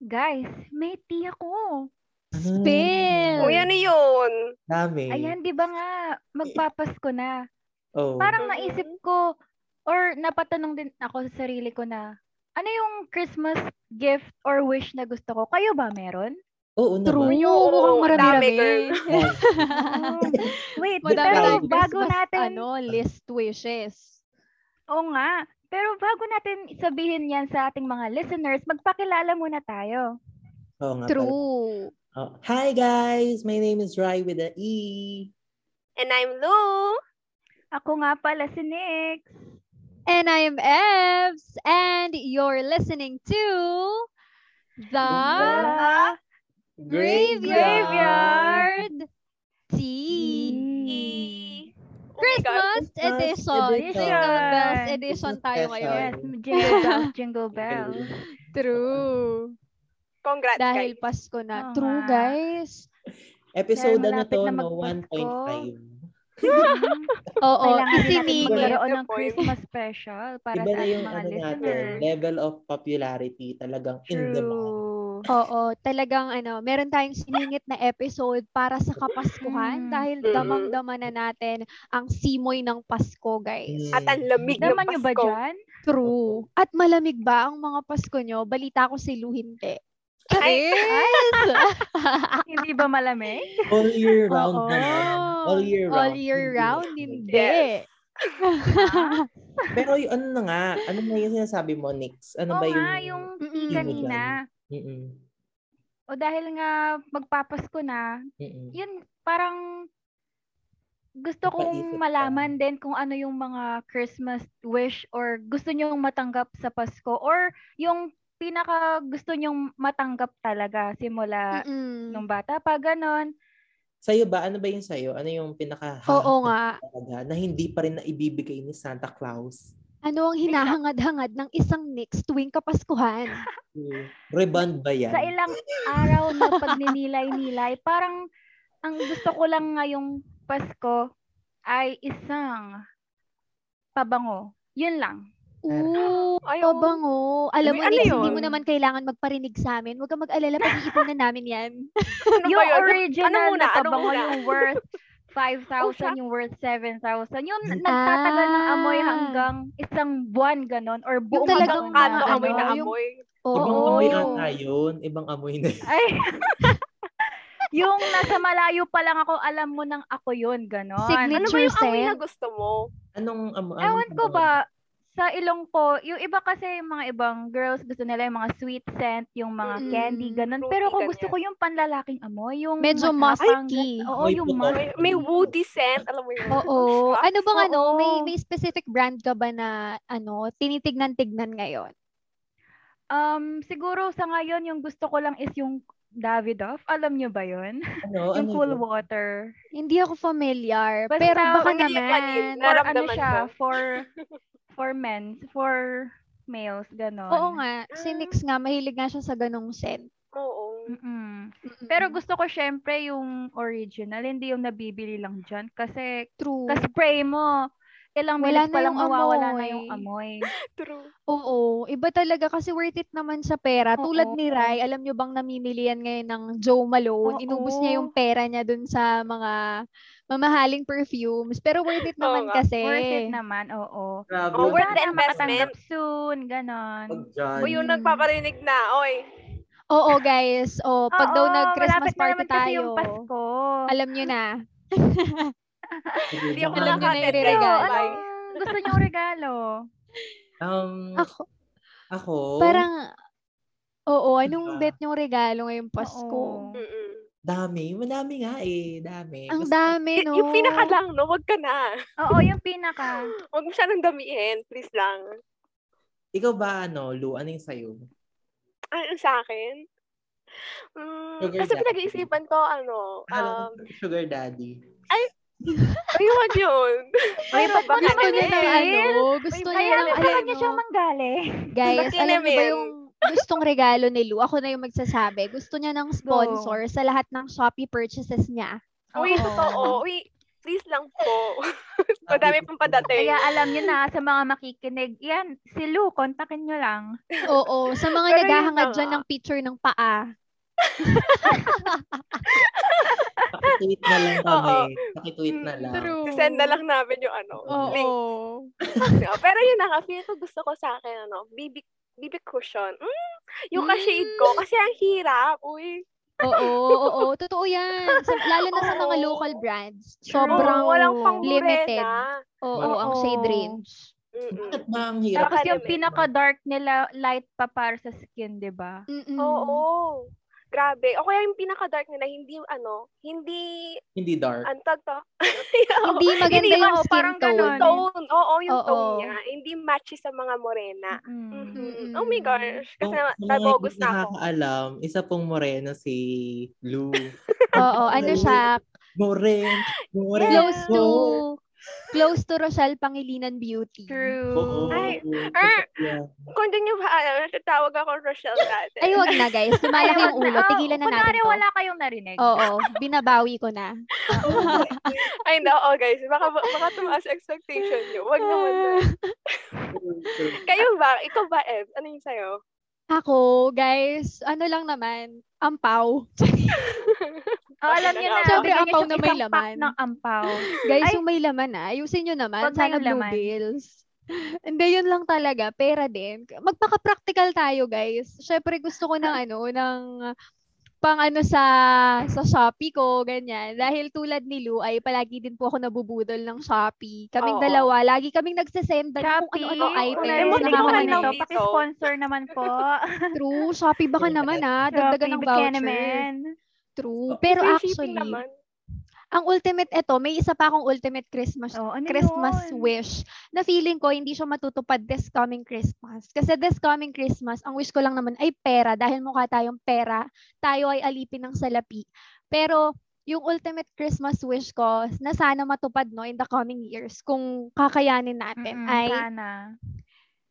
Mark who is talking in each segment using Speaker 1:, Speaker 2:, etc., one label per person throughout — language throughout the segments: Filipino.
Speaker 1: Guys, may tea ako.
Speaker 2: Ah,
Speaker 1: Spill!
Speaker 3: Uy, ano yun?
Speaker 2: Dami.
Speaker 1: Oh, eh. Ayan, di ba nga, magpapasko na.
Speaker 2: Oh.
Speaker 1: Parang
Speaker 3: Mhm.
Speaker 1: naisip ko, or napatanong din ako sa sarili ko na, ano yung Christmas gift or wish na gusto ko? Kayo ba meron?
Speaker 2: Oo naman.
Speaker 3: Oo, dami,
Speaker 4: mukhang marami-rami.
Speaker 3: girl.
Speaker 2: Oh,
Speaker 1: Oh, wait,
Speaker 4: Madami
Speaker 1: pero
Speaker 4: tayong
Speaker 1: bago
Speaker 4: Christmas,
Speaker 1: natin,
Speaker 4: ano, list wishes.
Speaker 1: oo nga, pero bago natin sabihin yan sa ating mga listeners, magpakilala muna tayo.
Speaker 2: oo nga pala.
Speaker 4: True.
Speaker 2: Oh. Hi guys, my name is Rai with a E.
Speaker 3: And I'm Lou.
Speaker 1: Ako nga pala si Nick.
Speaker 4: And I am Evs, and you're listening to the
Speaker 1: Ah,
Speaker 4: Graveyard Tea
Speaker 1: E.
Speaker 3: Oh my God.
Speaker 4: Christmas Edition.
Speaker 2: edition.
Speaker 4: Jingle Bells Edition
Speaker 2: Christmas
Speaker 4: tayo ngayon.
Speaker 2: special.
Speaker 1: Yes, jingle bells, jingle bells.
Speaker 4: True.
Speaker 3: Congrats,
Speaker 4: Dahil
Speaker 3: guys.
Speaker 4: Pasko na.
Speaker 1: Oo
Speaker 4: True,
Speaker 1: nga.
Speaker 4: guys.
Speaker 2: Episode
Speaker 1: Dahil
Speaker 2: na
Speaker 1: malapit
Speaker 2: to,
Speaker 1: na
Speaker 2: no?
Speaker 1: magpasko.
Speaker 2: 1.5.
Speaker 1: Mm.
Speaker 4: Oo,
Speaker 1: Kailangan din natin
Speaker 4: isinig.
Speaker 3: Correct.
Speaker 1: magkaroon ng
Speaker 3: Point.
Speaker 1: Christmas special para sa
Speaker 2: Iba na
Speaker 1: ating
Speaker 2: yung
Speaker 1: mga
Speaker 2: ano natin,
Speaker 1: listeners.
Speaker 2: level of popularity talagang in the month.
Speaker 1: True.
Speaker 4: Oo, talagang ano, meron tayong siningit na episode para sa Kapaskuhan
Speaker 1: Mm.
Speaker 4: dahil
Speaker 3: Mm.
Speaker 4: damang-dama na natin ang simoy ng Pasko, guys.
Speaker 3: At ang lamig ng
Speaker 1: Naman nyo ba
Speaker 3: Pasko.
Speaker 1: dyan?
Speaker 4: True. At malamig ba ang mga Pasko nyo? Balita ko si Luhinte.
Speaker 3: Ay!
Speaker 1: Hindi ba malamig?
Speaker 2: All year round
Speaker 4: Oo.
Speaker 2: naman. All year round.
Speaker 4: All year
Speaker 2: Hindi.
Speaker 4: round, hindi.
Speaker 3: Yes.
Speaker 1: Ha?
Speaker 2: Pero yung ano na nga, ano na yung sinasabi mo, Nix? Ano
Speaker 1: Oo
Speaker 2: ba yung...
Speaker 1: nga, yung
Speaker 4: Mm-mm.
Speaker 1: kanina.
Speaker 2: Mm-mm.
Speaker 1: O dahil nga magpapasko na,
Speaker 2: Mm-mm.
Speaker 1: yun parang gusto
Speaker 2: Napaisip
Speaker 1: kong
Speaker 2: ka.
Speaker 1: malaman din kung ano yung mga Christmas wish or gusto nyong matanggap sa Pasko or yung pinaka gusto nyong matanggap talaga simula
Speaker 4: Mm-mm.
Speaker 1: nung bata pa, ganon.
Speaker 2: Sa'yo ba? Ano ba yung sa'yo? Ano yung pinaka
Speaker 4: Oo nga.
Speaker 2: talaga na hindi pa rin na ibibigay ni Santa Claus?
Speaker 4: Ano ang hinahangad-hangad ng isang next tuwing Kapaskuhan?
Speaker 2: Mm. Rebond ba yan?
Speaker 1: Sa ilang araw na pagninilay-nilay, parang ang gusto ko lang ngayong Pasko ay isang pabango. Yun lang.
Speaker 4: Oo,
Speaker 3: Ay, oo.
Speaker 4: pabango. Alam mo,
Speaker 3: Ano
Speaker 4: Nix,
Speaker 3: yun?
Speaker 4: hindi mo naman kailangan magparinig sa amin. Huwag kang mag-alala, pag-iipon na namin yan.
Speaker 3: Ano ba
Speaker 1: yung
Speaker 3: yun?
Speaker 1: original
Speaker 3: Ano muna?
Speaker 1: na
Speaker 3: Ano
Speaker 1: pabango
Speaker 3: muna?
Speaker 1: yung worth
Speaker 3: Oh, siya.
Speaker 1: 5,000, yung worth 7,000. Yung nagtatagal ng amoy
Speaker 4: Ah.
Speaker 1: hanggang isang buwan, ganon. Or buong
Speaker 4: talagang
Speaker 1: hanggang
Speaker 3: Kanto
Speaker 4: ano,
Speaker 3: amoy na
Speaker 4: yung-
Speaker 3: amoy.
Speaker 4: Oo.
Speaker 2: Ibang amoy ata yun. Ibang amoy na yun.
Speaker 1: Ay. yung nasa malayo pa lang ako, alam mo nang ako yun, ganon.
Speaker 4: Signature
Speaker 3: Ano ba yung amoy
Speaker 4: scent?
Speaker 3: na gusto mo?
Speaker 2: Anong amoy?
Speaker 1: Ewan ko ba, sa ilong ko, yung iba kasi yung mga ibang girls, gusto nila yung mga sweet scent, yung mga
Speaker 4: Mm,
Speaker 1: candy, ganun.
Speaker 3: fruity,
Speaker 1: Pero ako
Speaker 3: ganyan.
Speaker 1: gusto ko yung panlalaking amoy, yung
Speaker 4: Medyo
Speaker 1: matapang,
Speaker 4: musky.
Speaker 1: gan- Oo,
Speaker 2: May
Speaker 1: yung
Speaker 2: putok.
Speaker 1: musky.
Speaker 3: May, may woody scent. Alam mo yun?
Speaker 4: Oo.
Speaker 3: Siya.
Speaker 4: Ano bang ano, may
Speaker 1: Oo.
Speaker 4: may specific brand ka ba na ano, tinitignan-tignan ngayon?
Speaker 1: Um, siguro sa ngayon, yung gusto ko lang is yung Davidoff. Alam nyo ba yun?
Speaker 2: Ano?
Speaker 1: yung
Speaker 2: ano
Speaker 1: full
Speaker 2: yun?
Speaker 1: water.
Speaker 4: Hindi ako familiar,
Speaker 1: Basta
Speaker 4: pero baka
Speaker 1: ako
Speaker 3: naiyak na din.
Speaker 4: naman.
Speaker 1: Or ano
Speaker 3: Nararamdaman
Speaker 1: siya,
Speaker 3: ko.
Speaker 1: for for men, for males, ganon.
Speaker 4: Oo nga, si Nix nga mahilig nga siya sa ganong scent.
Speaker 3: Oo.
Speaker 1: Mm-mm.
Speaker 4: Mm-mm.
Speaker 1: Pero gusto ko syempre yung original, hindi yung nabibili lang dyan. Kasi
Speaker 4: true.
Speaker 1: Ka-spray mo. Ilang
Speaker 4: Mm. Wala
Speaker 1: minutes
Speaker 4: na
Speaker 1: pa lang
Speaker 4: yung
Speaker 1: mawawala na
Speaker 4: amoy.
Speaker 1: yung amoy.
Speaker 3: True.
Speaker 4: Oo, iba talaga kasi worth it naman sa pera.
Speaker 1: Oo.
Speaker 4: Tulad ni Rai, alam nyo bang namimili yan ngayon ng Joe Malone?
Speaker 1: Oo.
Speaker 4: Inubos niya yung pera niya dun sa mga mamahaling perfumes. Pero worth it
Speaker 3: Oo
Speaker 4: naman
Speaker 3: nga,
Speaker 4: kasi.
Speaker 1: Worth it naman, oo.
Speaker 2: Grabe.
Speaker 3: Oh, worth
Speaker 1: Sana
Speaker 3: the investment.
Speaker 1: makatanggap soon, ganon.
Speaker 2: Pag dyan.
Speaker 3: O yung
Speaker 4: Mm.
Speaker 3: nagpaparinig na, oy.
Speaker 4: Oo, guys. O, pag
Speaker 1: Oo,
Speaker 4: daw
Speaker 1: malapit na
Speaker 4: nag-Christmas party
Speaker 1: naman kasi
Speaker 4: tayo,
Speaker 1: yung Pasko.
Speaker 4: alam nyo na.
Speaker 3: Hindi ako
Speaker 4: Alam niyo na
Speaker 3: nakakatid.
Speaker 4: yung
Speaker 1: Pero,
Speaker 4: regalo.
Speaker 3: Bye.
Speaker 1: anong gusto niyong regalo?
Speaker 2: Um,
Speaker 4: Ako,
Speaker 2: ako,
Speaker 4: Ah, parang, oo, anong
Speaker 2: Diba?
Speaker 4: bet yung regalo ngayong Pasko?
Speaker 1: Oo.
Speaker 3: Mm-mm.
Speaker 2: dami. Madami nga eh. Dami. Gusto-
Speaker 4: Ang dami,
Speaker 3: Y-
Speaker 4: no?
Speaker 3: Yung pinaka lang, no? Wag ka na.
Speaker 1: Oo, yung pinaka.
Speaker 3: Huwag mo siya nang damihin. Please lang.
Speaker 2: Ikaw ba, ano, Lu, ano yung sa'yo?
Speaker 3: Ano sa akin? Mm,
Speaker 2: Sugar
Speaker 3: kasi
Speaker 2: daddy.
Speaker 3: pinag-iisipan ko, ano,
Speaker 2: Alam
Speaker 3: um,
Speaker 2: ko, sugar daddy.
Speaker 3: ayun yun.
Speaker 1: Ay,
Speaker 3: Pero baka
Speaker 4: Gusto
Speaker 1: naman
Speaker 4: niya
Speaker 1: eh.
Speaker 4: ng ano? Gusto niya
Speaker 1: Kaya
Speaker 4: ng
Speaker 1: sa kanya
Speaker 4: ano?
Speaker 1: siya manggali.
Speaker 4: Guys,
Speaker 3: Bakit
Speaker 4: alam niyo ba
Speaker 3: namin?
Speaker 4: yung gustong regalo ni Lu? Ako na yung magsasabi. Gusto niya ng sponsor sa lahat ng Shopee purchases niya.
Speaker 3: Uy,
Speaker 1: Oo.
Speaker 3: totoo. Uy, Please lang po. Madami pang padating.
Speaker 1: Kaya alam nyo na sa mga makikinig, yan, si Lou, kontakin nyo lang.
Speaker 4: Oo, sa
Speaker 3: Pero
Speaker 4: mga
Speaker 3: yun
Speaker 4: naghahangad
Speaker 3: na
Speaker 4: dyan
Speaker 3: nga.
Speaker 4: ng picture ng paa.
Speaker 2: Pakitweet na lang kami. Pakitweet na lang.
Speaker 4: True.
Speaker 3: Send na lang namin yung ano.
Speaker 4: Oo.
Speaker 3: Link. No, Pero yun na nga, feel ko gusto ko sa akin, ano, BB, BB cushion. Mm, yung ka-shade ko. Kasi ang hirap. Uy.
Speaker 4: Oo, oo, oo. Totoo yan. Sa- lalo na sa mga
Speaker 3: Oo.
Speaker 4: local brands.
Speaker 3: Oo,
Speaker 4: Sobrang
Speaker 3: walang pang
Speaker 4: limited. Oo,
Speaker 2: Walang-
Speaker 4: ang shade
Speaker 1: Oo.
Speaker 4: range.
Speaker 2: Bakit ba ang hirap?
Speaker 1: Tapos
Speaker 3: Baka
Speaker 1: yung
Speaker 3: naman.
Speaker 1: pinaka-dark nila, light pa para sa skin, di ba?
Speaker 4: Mm-mm.
Speaker 3: Oo. Grabe. O kaya yung pinaka-dark nila, hindi, ano, hindi,
Speaker 2: Hindi dark.
Speaker 3: antag to?
Speaker 4: Hindi maganda
Speaker 1: Hindi,
Speaker 4: yung
Speaker 1: oo,
Speaker 4: skin
Speaker 1: parang
Speaker 4: tone.
Speaker 1: ganun.
Speaker 3: Tone. Oo, yung
Speaker 4: Oo.
Speaker 3: tone niya. Hindi matchy sa mga morena.
Speaker 1: Mm.
Speaker 3: Mhm.
Speaker 4: Mm.
Speaker 3: Oh my gosh. Kasi
Speaker 2: Kung-
Speaker 3: na,
Speaker 2: kung mga
Speaker 3: nabogos
Speaker 2: hindi
Speaker 3: na ako.
Speaker 2: Nakakaalam, isa pong moreno si Lou.
Speaker 4: Oo, ano siya?
Speaker 2: Moren. Moren.
Speaker 4: Close to
Speaker 2: Moren.
Speaker 4: close to Rochelle Pangilinan Beauty.
Speaker 1: True.
Speaker 2: Oo.
Speaker 3: Ay,
Speaker 2: totoo yan.
Speaker 3: Kung hindi nyo ba, alam, tatawag ako Rochelle dati.
Speaker 4: Ay, wag na guys. Tumalaki yung ulo. Tigilan na natin
Speaker 1: oh, Kunwari
Speaker 4: to.
Speaker 1: wala kayong narinig.
Speaker 4: Oo, binabawi ko na.
Speaker 3: Ay, no, oh, guys. Baka, baka tumaas expectation nyo. Wag naman na.
Speaker 2: True, true.
Speaker 3: Kayo ba? Ikaw ba, Ev? Ano yung sa'yo?
Speaker 4: Ako, guys, ano lang naman,
Speaker 1: Oh,
Speaker 4: ampaw.
Speaker 1: alam niyo na.
Speaker 4: Siyempre,
Speaker 1: bigyan niyo
Speaker 4: ampaw
Speaker 1: siyang
Speaker 4: na
Speaker 1: isang
Speaker 4: may
Speaker 1: pack
Speaker 4: laman.
Speaker 1: ng ampaw.
Speaker 4: Guys,
Speaker 1: Ay.
Speaker 4: yung may laman ah, ayusin nyo naman.
Speaker 1: Wag na
Speaker 4: Sana
Speaker 1: yung
Speaker 4: blue
Speaker 1: laman.
Speaker 4: bills. Hindi, yun lang talaga. Pera din. Magpaka-practical tayo, guys. Syempre, gusto ko ng ano, ng pang ano sa sa Shopee ko, ganyan. Dahil tulad ni Lou, ay palagi din po ako nabubudol ng Shopee. Kaming
Speaker 3: Oo.
Speaker 4: dalawa, lagi kaming nagsesendan kung
Speaker 1: Shopee,
Speaker 4: ano-ano
Speaker 1: kung
Speaker 4: items.
Speaker 3: narinig
Speaker 1: narinig mo
Speaker 3: mo
Speaker 4: na
Speaker 1: kami
Speaker 3: kanina
Speaker 4: makakalimutan.
Speaker 1: nito,
Speaker 3: dito.
Speaker 1: paki-sponsor naman po.
Speaker 4: True, Shopee baka
Speaker 2: Yeah.
Speaker 4: naman ah, dagdagan ng
Speaker 1: Shopee,
Speaker 4: voucher.
Speaker 1: Bukenemen.
Speaker 4: True.
Speaker 2: Oh,
Speaker 4: Pero
Speaker 3: Free
Speaker 4: actually,
Speaker 3: shipping naman.
Speaker 4: ang ultimate eto, may isa pa akong ultimate Christmas
Speaker 1: Oh, ano
Speaker 4: Christmas
Speaker 1: yun?
Speaker 4: wish na feeling ko hindi siya matutupad this coming Christmas. Kasi this coming Christmas, ang wish ko lang naman ay pera dahil mukha tayong pera, tayo ay alipin ng salapi. Pero yung ultimate Christmas wish ko na sana matupad no in the coming years kung kakayanin natin
Speaker 1: Mm-mm,
Speaker 4: ay
Speaker 1: Sana.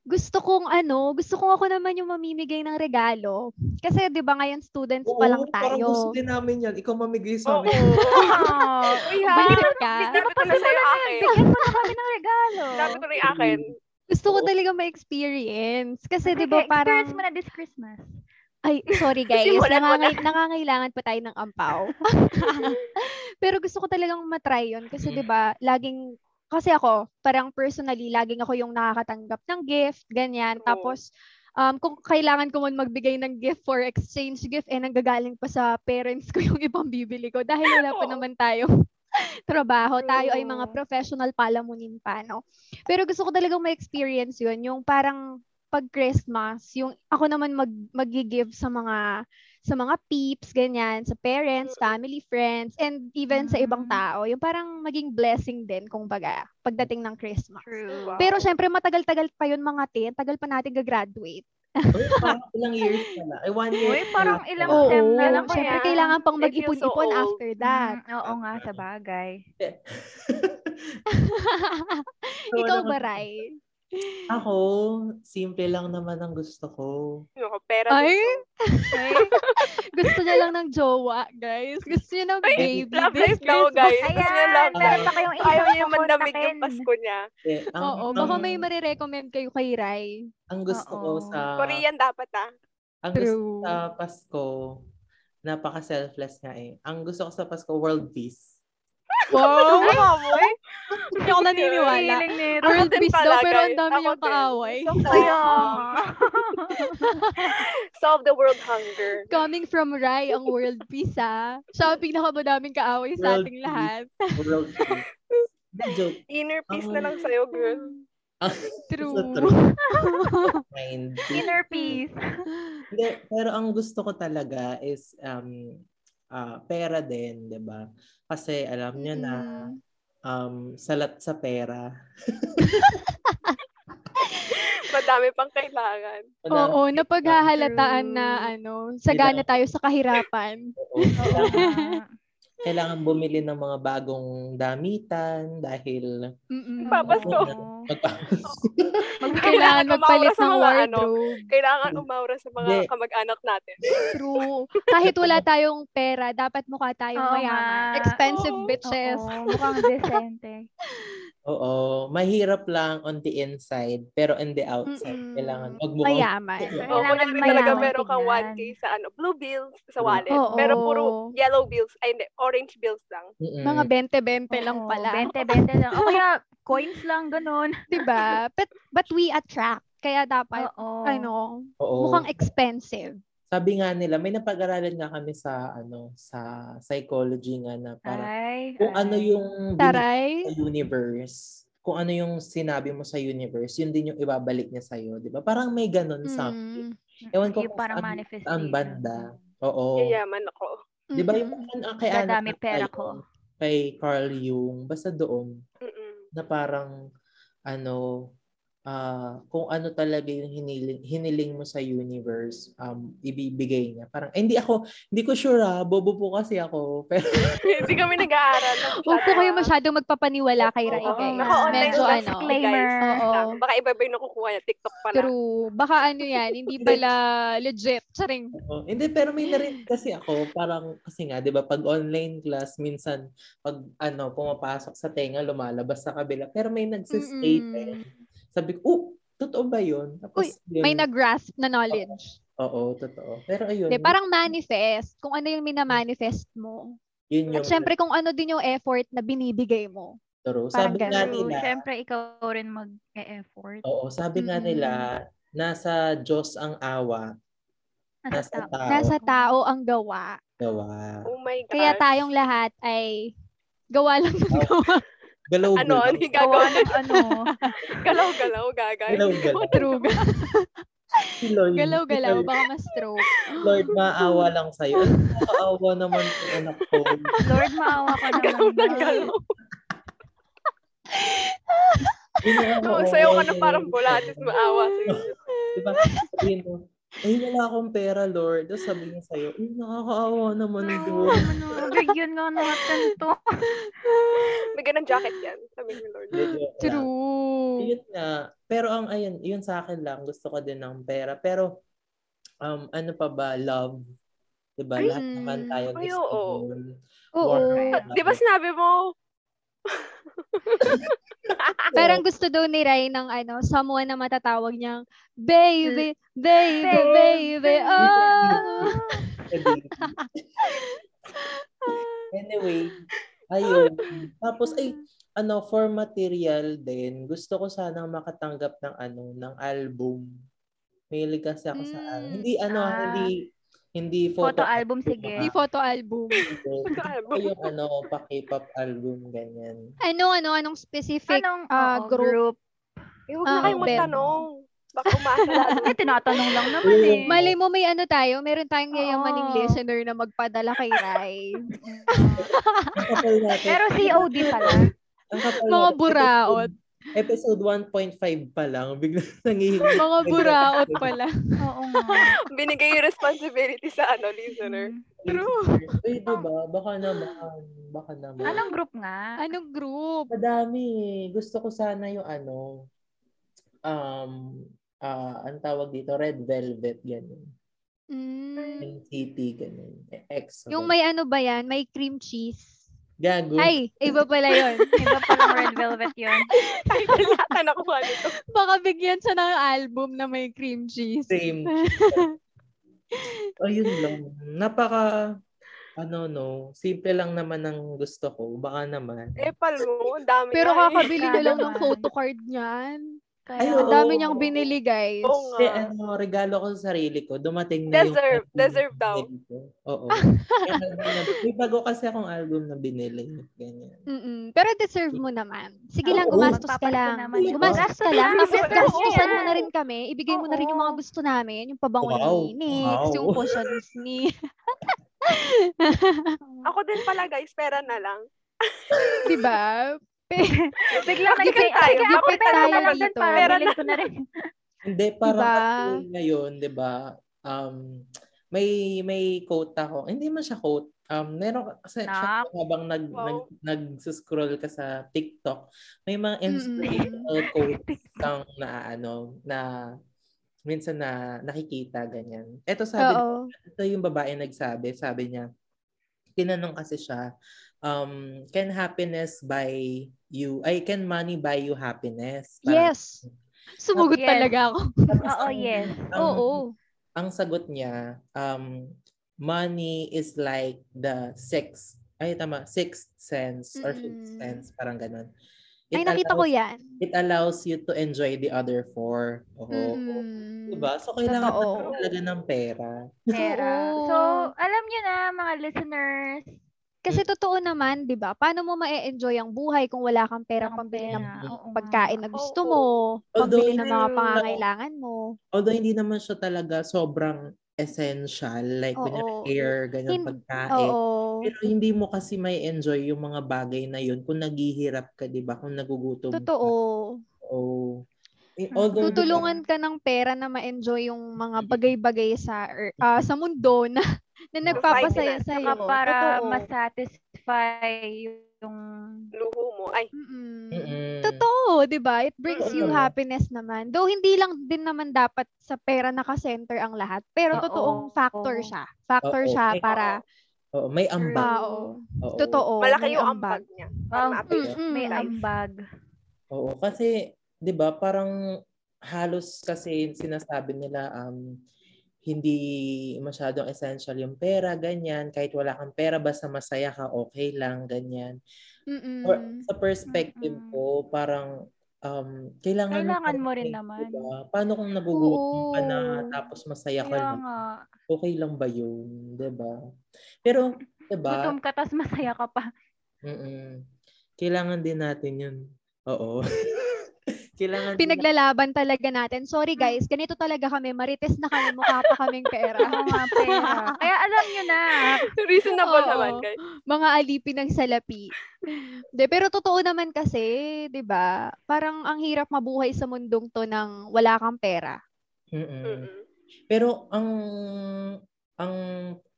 Speaker 4: gusto kong ano, gusto kong ako naman yung mamimigay ng regalo. Kasi 'di ba ngayon students
Speaker 2: Oo,
Speaker 4: pa lang
Speaker 2: parang gusto
Speaker 4: tayo.
Speaker 2: din namin yan. Ikaw mamigay sa
Speaker 3: Oo.
Speaker 2: amin.
Speaker 1: Oh,
Speaker 3: Uy, ha?
Speaker 4: Baliw ka.
Speaker 3: Dapat ko
Speaker 4: Ano
Speaker 3: na sa'yo akin.
Speaker 1: bigyan mo na kami ng regalo.
Speaker 3: Dapat ko na yung akin.
Speaker 4: Gusto ko
Speaker 2: Oo.
Speaker 4: talaga ma-experience. Kasi 'di
Speaker 1: Sige,
Speaker 4: ba parang
Speaker 1: Experience mo na this Christmas.
Speaker 4: Ay, sorry guys.
Speaker 3: Simulan mo na.
Speaker 4: Nangangai- nangangailangan pa tayo ng ampaw. Pero gusto ko talagang matry yun kasi
Speaker 2: Mm.
Speaker 4: 'di ba, laging kasi ako, parang personally laging ako yung nakakatanggap ng gift, ganyan.
Speaker 3: Oo.
Speaker 4: Tapos um, kung kailangan ko man magbigay ng gift for exchange gift, eh nanggagaling pa sa parents ko yung ibang bibili ko dahil wala pa
Speaker 3: Oo.
Speaker 4: naman tayong trabaho. Tayo ay mga
Speaker 3: True.
Speaker 4: professional palamunin pa, no? Pero gusto ko talagang ma-experience yun, yung parang pag Christmas, yung ako naman mag magi-give sa mga sa mga peeps, ganyan, sa parents,
Speaker 3: Mm.
Speaker 4: family, friends, and even sa ibang
Speaker 1: Mm.
Speaker 4: tao. Yung parang maging blessing din, kumbaga, pagdating ng Christmas.
Speaker 1: True.
Speaker 3: Wow.
Speaker 4: Pero syempre, matagal-tagal pa yun mga tin. Tagal pa natin gagraduate.
Speaker 2: Uy, parang ilang years pala. Ay, one year.
Speaker 1: Uy, parang ilang
Speaker 2: Oo.
Speaker 1: sem na lang
Speaker 3: ko
Speaker 4: syempre,
Speaker 3: yan.
Speaker 4: kailangan
Speaker 3: I
Speaker 4: pang
Speaker 3: feel so
Speaker 4: mag-ipon-ipon
Speaker 3: old.
Speaker 4: after that.
Speaker 1: Mm, oo nga, sa bagay.
Speaker 4: Ikaw
Speaker 2: naman.
Speaker 4: ba, Rai?
Speaker 2: Ako, simple lang naman ang gusto ko.
Speaker 3: Yung ko, pera.
Speaker 4: Ay,
Speaker 3: dito.
Speaker 1: Ay,
Speaker 4: gusto niya lang ng jowa, guys. Gusto niya ng
Speaker 3: Ay,
Speaker 4: baby.
Speaker 3: Love life
Speaker 4: this
Speaker 3: daw,
Speaker 4: Christmas.
Speaker 1: ayan,
Speaker 3: guys. Kasi yung love
Speaker 1: meron
Speaker 3: life.
Speaker 1: pa kayong
Speaker 3: Ayaw
Speaker 1: isang
Speaker 3: niya mandamig yung
Speaker 1: kukontakin.
Speaker 3: Pasko niya.
Speaker 2: Eh, ang,
Speaker 4: Oo,
Speaker 2: ang,
Speaker 4: baka may marirecommend kayo kay Rai.
Speaker 2: ang gusto ko
Speaker 1: Oo.
Speaker 2: sa
Speaker 3: Korean dapat, ah.
Speaker 2: ang gusto ko
Speaker 4: True.
Speaker 2: sa Pasko, napaka-selfless nga eh. Ang gusto ko sa Pasko, world peace.
Speaker 4: Wow!
Speaker 3: Ay, mo.
Speaker 4: Hindi ako naniniwala.
Speaker 1: Feeling nito.
Speaker 4: World
Speaker 3: din
Speaker 4: peace
Speaker 3: pala,
Speaker 4: daw, pero ang
Speaker 3: guys.
Speaker 4: dami
Speaker 3: Ako
Speaker 4: niyang
Speaker 3: din.
Speaker 4: kaaway.
Speaker 3: So,
Speaker 1: Kaya
Speaker 3: um,
Speaker 1: nga.
Speaker 3: solve the world hunger.
Speaker 4: Coming from Rai, ang world peace, ah. Siya ang pinakamadaming kaaway sa
Speaker 2: World
Speaker 4: ating
Speaker 2: peace.
Speaker 4: lahat.
Speaker 2: World peace. Hindi, joke.
Speaker 3: Inner peace na lang sa'yo, girl.
Speaker 4: True.
Speaker 2: Sa true. Mind.
Speaker 1: Inner peace.
Speaker 2: Hindi, pero ang gusto ko talaga is um ah, pera din, 'di ba? Kasi alam niyo na
Speaker 4: Mm.
Speaker 2: um salat sa pera.
Speaker 3: Madami pang kailangan.
Speaker 2: Madami-
Speaker 4: Oo, napaghahalataan na
Speaker 1: True.
Speaker 4: ano, sagana tayo sa kahirapan.
Speaker 2: Oo. Kailangan-
Speaker 1: Oo.
Speaker 2: Kailangan bumili ng mga bagong damitan dahil
Speaker 4: Mm-mm.
Speaker 3: Papasko.
Speaker 4: Kailangan
Speaker 3: Kailangan kumaura
Speaker 4: magpalit
Speaker 3: sa
Speaker 4: ng
Speaker 3: mga ano.
Speaker 4: wardrobe.
Speaker 2: Mm.
Speaker 3: Kailangan umaura sa mga
Speaker 2: Hindi.
Speaker 3: kamag-anak natin.
Speaker 4: True. Kahit wala tayong pera, dapat mukha tayong
Speaker 1: Oo
Speaker 4: mayaman.
Speaker 1: nga.
Speaker 4: Expensive
Speaker 3: Oo.
Speaker 4: bitches.
Speaker 1: Oo, mukhang decente.
Speaker 2: oo, mahirap lang on the inside pero on the outside
Speaker 4: Mm-mm.
Speaker 2: kailangan wag mo
Speaker 4: Mayaman.
Speaker 3: Oo,
Speaker 1: Kailangan
Speaker 3: kunwari Oh, talaga
Speaker 1: mayaman
Speaker 3: meron kang
Speaker 1: tignan.
Speaker 3: 1K sa ano, blue bills sa
Speaker 2: Mm.
Speaker 3: wallet.
Speaker 4: Oo.
Speaker 3: Pero puro yellow bills, ay hindi, orange bills lang.
Speaker 4: Mga 20-20 lang
Speaker 1: Oo,
Speaker 4: pala.
Speaker 1: 20-20 lang. O kaya coins lang, ganun.
Speaker 4: Diba? But, but we attract. Kaya dapat,
Speaker 1: Oo.
Speaker 4: ano,
Speaker 2: oo.
Speaker 4: mukhang expensive.
Speaker 2: Sabi nga nila, may napag-aralan nga kami sa ano sa psychology nga na para
Speaker 1: Ay,
Speaker 2: kung
Speaker 1: ay.
Speaker 2: ano yung binigay
Speaker 4: Taray.
Speaker 2: sa universe, kung ano yung sinabi mo sa universe, yun din yung ibabalik niya sa'yo, di ba? Parang may ganun sa...
Speaker 1: Hmm.
Speaker 4: Mm.
Speaker 2: Ewan ko
Speaker 1: Yung
Speaker 2: kung
Speaker 1: parang
Speaker 2: saan-
Speaker 1: manifestation.
Speaker 2: saan banda. Oo.
Speaker 3: Yayaman ako.
Speaker 2: Di ba yung
Speaker 4: Mm. Mm-mm.
Speaker 2: kung ang kay Anak
Speaker 1: Dadami
Speaker 2: na
Speaker 1: pera
Speaker 2: tayo,
Speaker 1: ko.
Speaker 2: Kay Carl Jung, basta doon,
Speaker 3: Mm-mm.
Speaker 2: na parang, ano, ah kung ano talaga yung hiniling, hiniling mo sa universe, um, ibibigay niya. Parang, eh, hindi ako, hindi ko sure ah, bobo po kasi ako. Pero,
Speaker 3: Hindi kami nag-aaral.
Speaker 4: Huwag po
Speaker 2: Ah.
Speaker 4: kayo masyadong magpapaniwala kay Rai,
Speaker 3: Oo.
Speaker 4: guys.
Speaker 3: Naka online
Speaker 4: Medyo
Speaker 3: class
Speaker 4: ano.
Speaker 3: guys.
Speaker 1: Disclaimer.
Speaker 4: Oo.
Speaker 3: Baka iba iba yung nakukuha niya. TikTok pala.
Speaker 4: True. Baka ano yan, hindi pala legit. Charing.
Speaker 2: oh, hindi, pero may narinig kasi ako, parang, kasi nga, di ba, pag online class, minsan, pag, ano, pumapasok sa tenga, lumalabas sa kabila. Pero may nagsistay
Speaker 4: Mm-mm.
Speaker 2: eh. Sabi ko, oh, totoo ba yun? Tapos, yun,
Speaker 4: May nag-grasp na knowledge.
Speaker 2: Oo, totoo. Pero ayun,
Speaker 4: De, parang manifest. Kung ano yung minamanifest mo.
Speaker 2: yun yung
Speaker 4: At syempre, kung ano din yung effort na binibigay mo.
Speaker 2: true.
Speaker 4: parang
Speaker 2: Sabi nga
Speaker 4: ganun.
Speaker 2: nila,
Speaker 1: Siyempre, ikaw rin mag-e-effort.
Speaker 2: oo, sabi nga
Speaker 4: Mm-mm.
Speaker 2: nila, nasa Diyos ang awa,
Speaker 1: Nasa
Speaker 2: nasa
Speaker 1: Ano tao.
Speaker 2: tao
Speaker 4: Nasa tao ang gawa.
Speaker 2: gawa.
Speaker 3: Oh my God.
Speaker 4: Kaya tayong lahat ay gawa lang ng gawa.
Speaker 2: Galaw
Speaker 3: Ano? Ano yung
Speaker 1: Gawa
Speaker 3: gagawa?
Speaker 1: ng ano.
Speaker 3: Galaw-galaw, gaga.
Speaker 2: Galaw,
Speaker 4: Ano?
Speaker 3: Hindi ko-
Speaker 2: galaw.
Speaker 4: True.
Speaker 2: Si Lloyd.
Speaker 4: Galaw-galaw.
Speaker 2: Si
Speaker 4: Baka ma-stroke.
Speaker 2: Lord, maawa lang sa'yo. Ay, Nakakaawa naman po, anak ko.
Speaker 1: Lord, maawa ka
Speaker 3: Galaw
Speaker 1: naman.
Speaker 3: na
Speaker 1: Lord.
Speaker 3: galaw.
Speaker 2: Yun yung ano,
Speaker 3: Oo, sayo Oh, ka na
Speaker 2: eh.
Speaker 3: parang bulatis maawa.
Speaker 2: Diba? Sabihin mo, ay, wala akong pera, Lord. Tapos sabi niya sa'yo, ay, nakakaawa naman, Lord.
Speaker 1: Ano, bigyan nga natin to.
Speaker 3: May ganang jacket yan. Sabi ni Lord.
Speaker 2: True.
Speaker 4: True.
Speaker 2: Yun nga. Pero ang ayun, yun sa akin lang, gusto ko din ng pera. Pero um ano pa ba, love? 'Di ba? Lahat
Speaker 4: Mm.
Speaker 2: naman tayo
Speaker 3: Ay,
Speaker 2: gusto.
Speaker 3: oo.
Speaker 2: nun.
Speaker 4: Oo.
Speaker 2: Work.
Speaker 3: Di ba sinabi mo,
Speaker 4: Pero ang gusto daw ni Rai ng ano, someone na matatawag niyang baby, baby,
Speaker 1: Baby,
Speaker 4: baby. Oh.
Speaker 2: anyway, ayun. Tapos ay ano for material din, gusto ko sanang makatanggap ng ano ng album. Mahilig kasi ako sa
Speaker 4: Mm.
Speaker 2: al- Hindi ano,
Speaker 1: Ah.
Speaker 2: hindi hindi
Speaker 1: Photo
Speaker 2: photo,
Speaker 1: album, sige.
Speaker 4: Di photo album.
Speaker 2: album.
Speaker 3: Photo album.
Speaker 2: yung ano, pa K-pop album, ganyan.
Speaker 4: Ano, ano, anong specific?
Speaker 1: Anong
Speaker 4: ah,
Speaker 1: oo, group?
Speaker 4: group?
Speaker 3: eh, huwag na
Speaker 4: Ah,
Speaker 3: kayong
Speaker 4: Ben.
Speaker 3: magtanong. Baka umasa lalo.
Speaker 1: Eh, tinatanong lang naman eh.
Speaker 4: Malay mo may ano Ah. tayo, meron tayong yayamaning
Speaker 1: Oo.
Speaker 4: listener na magpadala kay Rai.
Speaker 2: Ang kapal natin.
Speaker 1: Ah, Pero COD pala.
Speaker 2: ang kapal
Speaker 4: Mga
Speaker 2: natin,
Speaker 4: buraot.
Speaker 2: Episode, episode 1.5 pa lang, biglang nangihingi.
Speaker 4: Mga buraot pala.
Speaker 1: Oo nga.
Speaker 3: Binigay yung responsibility sa ano, listener.
Speaker 2: True. Eh, diba? Baka naman. Baka
Speaker 1: Mm.
Speaker 2: naman.
Speaker 1: Anong group nga?
Speaker 4: Anong group?
Speaker 2: Madami eh. Gusto ko sana yung ano, um, ah ang tawag dito, Red Velvet, ganun.
Speaker 4: Mm,
Speaker 2: NCT, ganun. Eh, EXO.
Speaker 4: yung may ano ba yan? May cream cheese.
Speaker 2: Gago.
Speaker 4: Ay, iba pala yun.
Speaker 1: Iba palang red velvet yun.
Speaker 3: Ay, wala ka na ano kuha nito.
Speaker 4: Baka bigyan siya ng album na may cream cheese.
Speaker 2: Same. Ayun lang. Napaka, ano no, simple lang naman ang gusto ko. Baka naman.
Speaker 3: Eh, palmo. Ang dami nga
Speaker 4: Pero
Speaker 3: eh.
Speaker 4: kakabili na lang ng
Speaker 1: Tama.
Speaker 4: photocard niyan.
Speaker 1: Kaya,
Speaker 2: Ay,
Speaker 4: Ang
Speaker 2: oo.
Speaker 4: dami niyang binili, guys.
Speaker 3: Oo nga.
Speaker 2: Kasi ano, regalo ko sa sarili ko, dumating na
Speaker 3: Deserve.
Speaker 2: yung...
Speaker 3: Deserve daw.
Speaker 2: Ko. Oo. Kaya na- May bago kasi akong album na binili. Ganyan.
Speaker 4: Mm-mm. Pero deserve mo naman. Sige lang,
Speaker 2: Oo.
Speaker 4: gumastos ka
Speaker 1: Magpapalit
Speaker 4: lang.
Speaker 1: ka naman.
Speaker 4: Gumastos ka lang. Tapos
Speaker 3: Gumastos
Speaker 4: gastusan
Speaker 1: yan.
Speaker 4: mo na rin kami. Ibigay mo na rin yung mga gusto namin. Yung pabango
Speaker 2: Wow.
Speaker 4: ni
Speaker 2: Wow.
Speaker 4: Nix, yung potions ni...
Speaker 3: Ako din pala, guys. Pera na lang.
Speaker 4: diba?
Speaker 1: Biglang
Speaker 3: Di
Speaker 1: nag-say,
Speaker 3: ka tayo.
Speaker 1: ay, kaya ako
Speaker 4: Di ka
Speaker 1: tayo
Speaker 4: tayo
Speaker 1: naman dun
Speaker 4: dito.
Speaker 1: para
Speaker 3: Pero
Speaker 1: bilhin ko na rin.
Speaker 2: Hindi, parang
Speaker 4: Diba?
Speaker 2: kasi ngayon, di ba, um, may may quote ako. Hindi man siya quote. um, meron kasi
Speaker 4: Ah.
Speaker 1: Nak.
Speaker 2: habang nag,
Speaker 3: Wow.
Speaker 2: nag, nag-scroll ka sa TikTok, may mga inspirational quotes kang na ano, na minsan na nakikita ganyan. Ito sabi
Speaker 4: Oo.
Speaker 2: ito yung babae nagsabi, sabi niya, tinanong kasi siya, um, can happiness buy you, ay, can money buy you happiness? Parang-
Speaker 4: Yes. Sumugot
Speaker 1: Yes.
Speaker 4: talaga ako.
Speaker 2: Tapos
Speaker 1: Oo,
Speaker 2: ang-
Speaker 1: yes.
Speaker 2: ang-
Speaker 4: Oo.
Speaker 2: ang sagot niya, um, money is like the sixth, ay tama, sixth sense or fifth
Speaker 4: Mm-mm.
Speaker 2: sense, parang ganun.
Speaker 4: Ay, nakita ko
Speaker 2: allows,
Speaker 4: yan.
Speaker 2: It allows you to enjoy the other four. Oo.
Speaker 4: Mm.
Speaker 2: Diba? So, kailangan
Speaker 4: Totoo.
Speaker 2: nagkaroon talaga ng pera.
Speaker 1: Pera.
Speaker 4: Oo.
Speaker 1: So, alam nyo na, mga listeners.
Speaker 4: Kasi totoo naman, di ba? Paano mo ma-enjoy ang buhay kung wala kang pera
Speaker 1: Ang
Speaker 4: pambili ng
Speaker 1: pera. Oo nga.
Speaker 4: pagkain na gusto
Speaker 3: Oo.
Speaker 4: mo,
Speaker 2: Although,
Speaker 4: pambili ng mga
Speaker 3: yun-
Speaker 4: pangangailangan mo.
Speaker 2: Although, hindi naman siya talaga sobrang essential. Like,
Speaker 4: Oo.
Speaker 2: kunyari, air, ganyan,
Speaker 4: Hin-
Speaker 2: pagkain.
Speaker 4: Oo.
Speaker 2: Pero hindi mo kasi may enjoy yung mga bagay na yun kung naghihirap ka, di ba? Kung nagugutom
Speaker 4: Totoo.
Speaker 2: ka. Oo. Eh,
Speaker 1: Mm.
Speaker 2: although, di ba,
Speaker 4: Tutulungan ka ng pera na ma-enjoy yung mga bagay-bagay sa ear- ah, sa mundo na na
Speaker 3: Society
Speaker 4: nagpapasaya sa
Speaker 1: Saka
Speaker 4: iyo.
Speaker 1: para masatisfy yung...
Speaker 3: Luho mo. Ay,
Speaker 2: Mm-mm.
Speaker 4: Totoo, 'di ba? It brings you
Speaker 2: Oo.
Speaker 4: happiness naman. Though hindi lang din naman dapat sa pera naka-center ang lahat, pero
Speaker 1: Oo.
Speaker 4: totoong factor siya. Factor
Speaker 2: Oo.
Speaker 4: siya
Speaker 2: Ay,
Speaker 4: para
Speaker 2: Oo, may ambag.
Speaker 4: Ah,
Speaker 1: True.
Speaker 4: oo.
Speaker 2: Oo.
Speaker 4: Totoo.
Speaker 3: malaki
Speaker 4: may
Speaker 3: yung ambag niya.
Speaker 4: Ah,
Speaker 1: Wow,
Speaker 3: Para ma-appreciate.
Speaker 4: Mm-mm.
Speaker 1: um, may ambag.
Speaker 2: Oo, kasi 'di ba parang halos kasi sinasabi nila um hindi masyadong essential yung pera, ganyan. Kahit wala kang pera, basta masaya ka, okay lang, ganyan.
Speaker 4: Mm-mm.
Speaker 2: Or, sa perspective
Speaker 1: Mm-hmm. Mm-mm.
Speaker 2: ko, parang um, kailangan,
Speaker 1: Kailangan mo
Speaker 2: pa
Speaker 1: rin
Speaker 2: eh,
Speaker 1: naman.
Speaker 2: diba? Paano kung nagugutom ka na
Speaker 4: Oo.
Speaker 2: tapos masaya ka
Speaker 1: Kaya
Speaker 2: lang?
Speaker 1: nga,
Speaker 2: Okay lang ba yun? 'Di ba Pero, 'di ba
Speaker 1: gutom ka tas masaya ka pa.
Speaker 2: Mm-mm. Kailangan din natin yun. Oo. Kailangan din
Speaker 4: Pinaglalaban talaga natin. Sorry guys, ganito talaga kami. Marites na kami, mukha pa kaming pera.
Speaker 1: Oo nga, pera. Kaya alam nyo na.
Speaker 3: Reasonable
Speaker 4: mm. Oo.
Speaker 3: naman, guys.
Speaker 4: Mga alipin ng salapi. De, pero totoo naman kasi, 'di ba? Parang ang hirap mabuhay sa mundong 'to ng wala kang pera.
Speaker 2: Mm-mm.
Speaker 3: Mm-mm.
Speaker 2: Pero ang ang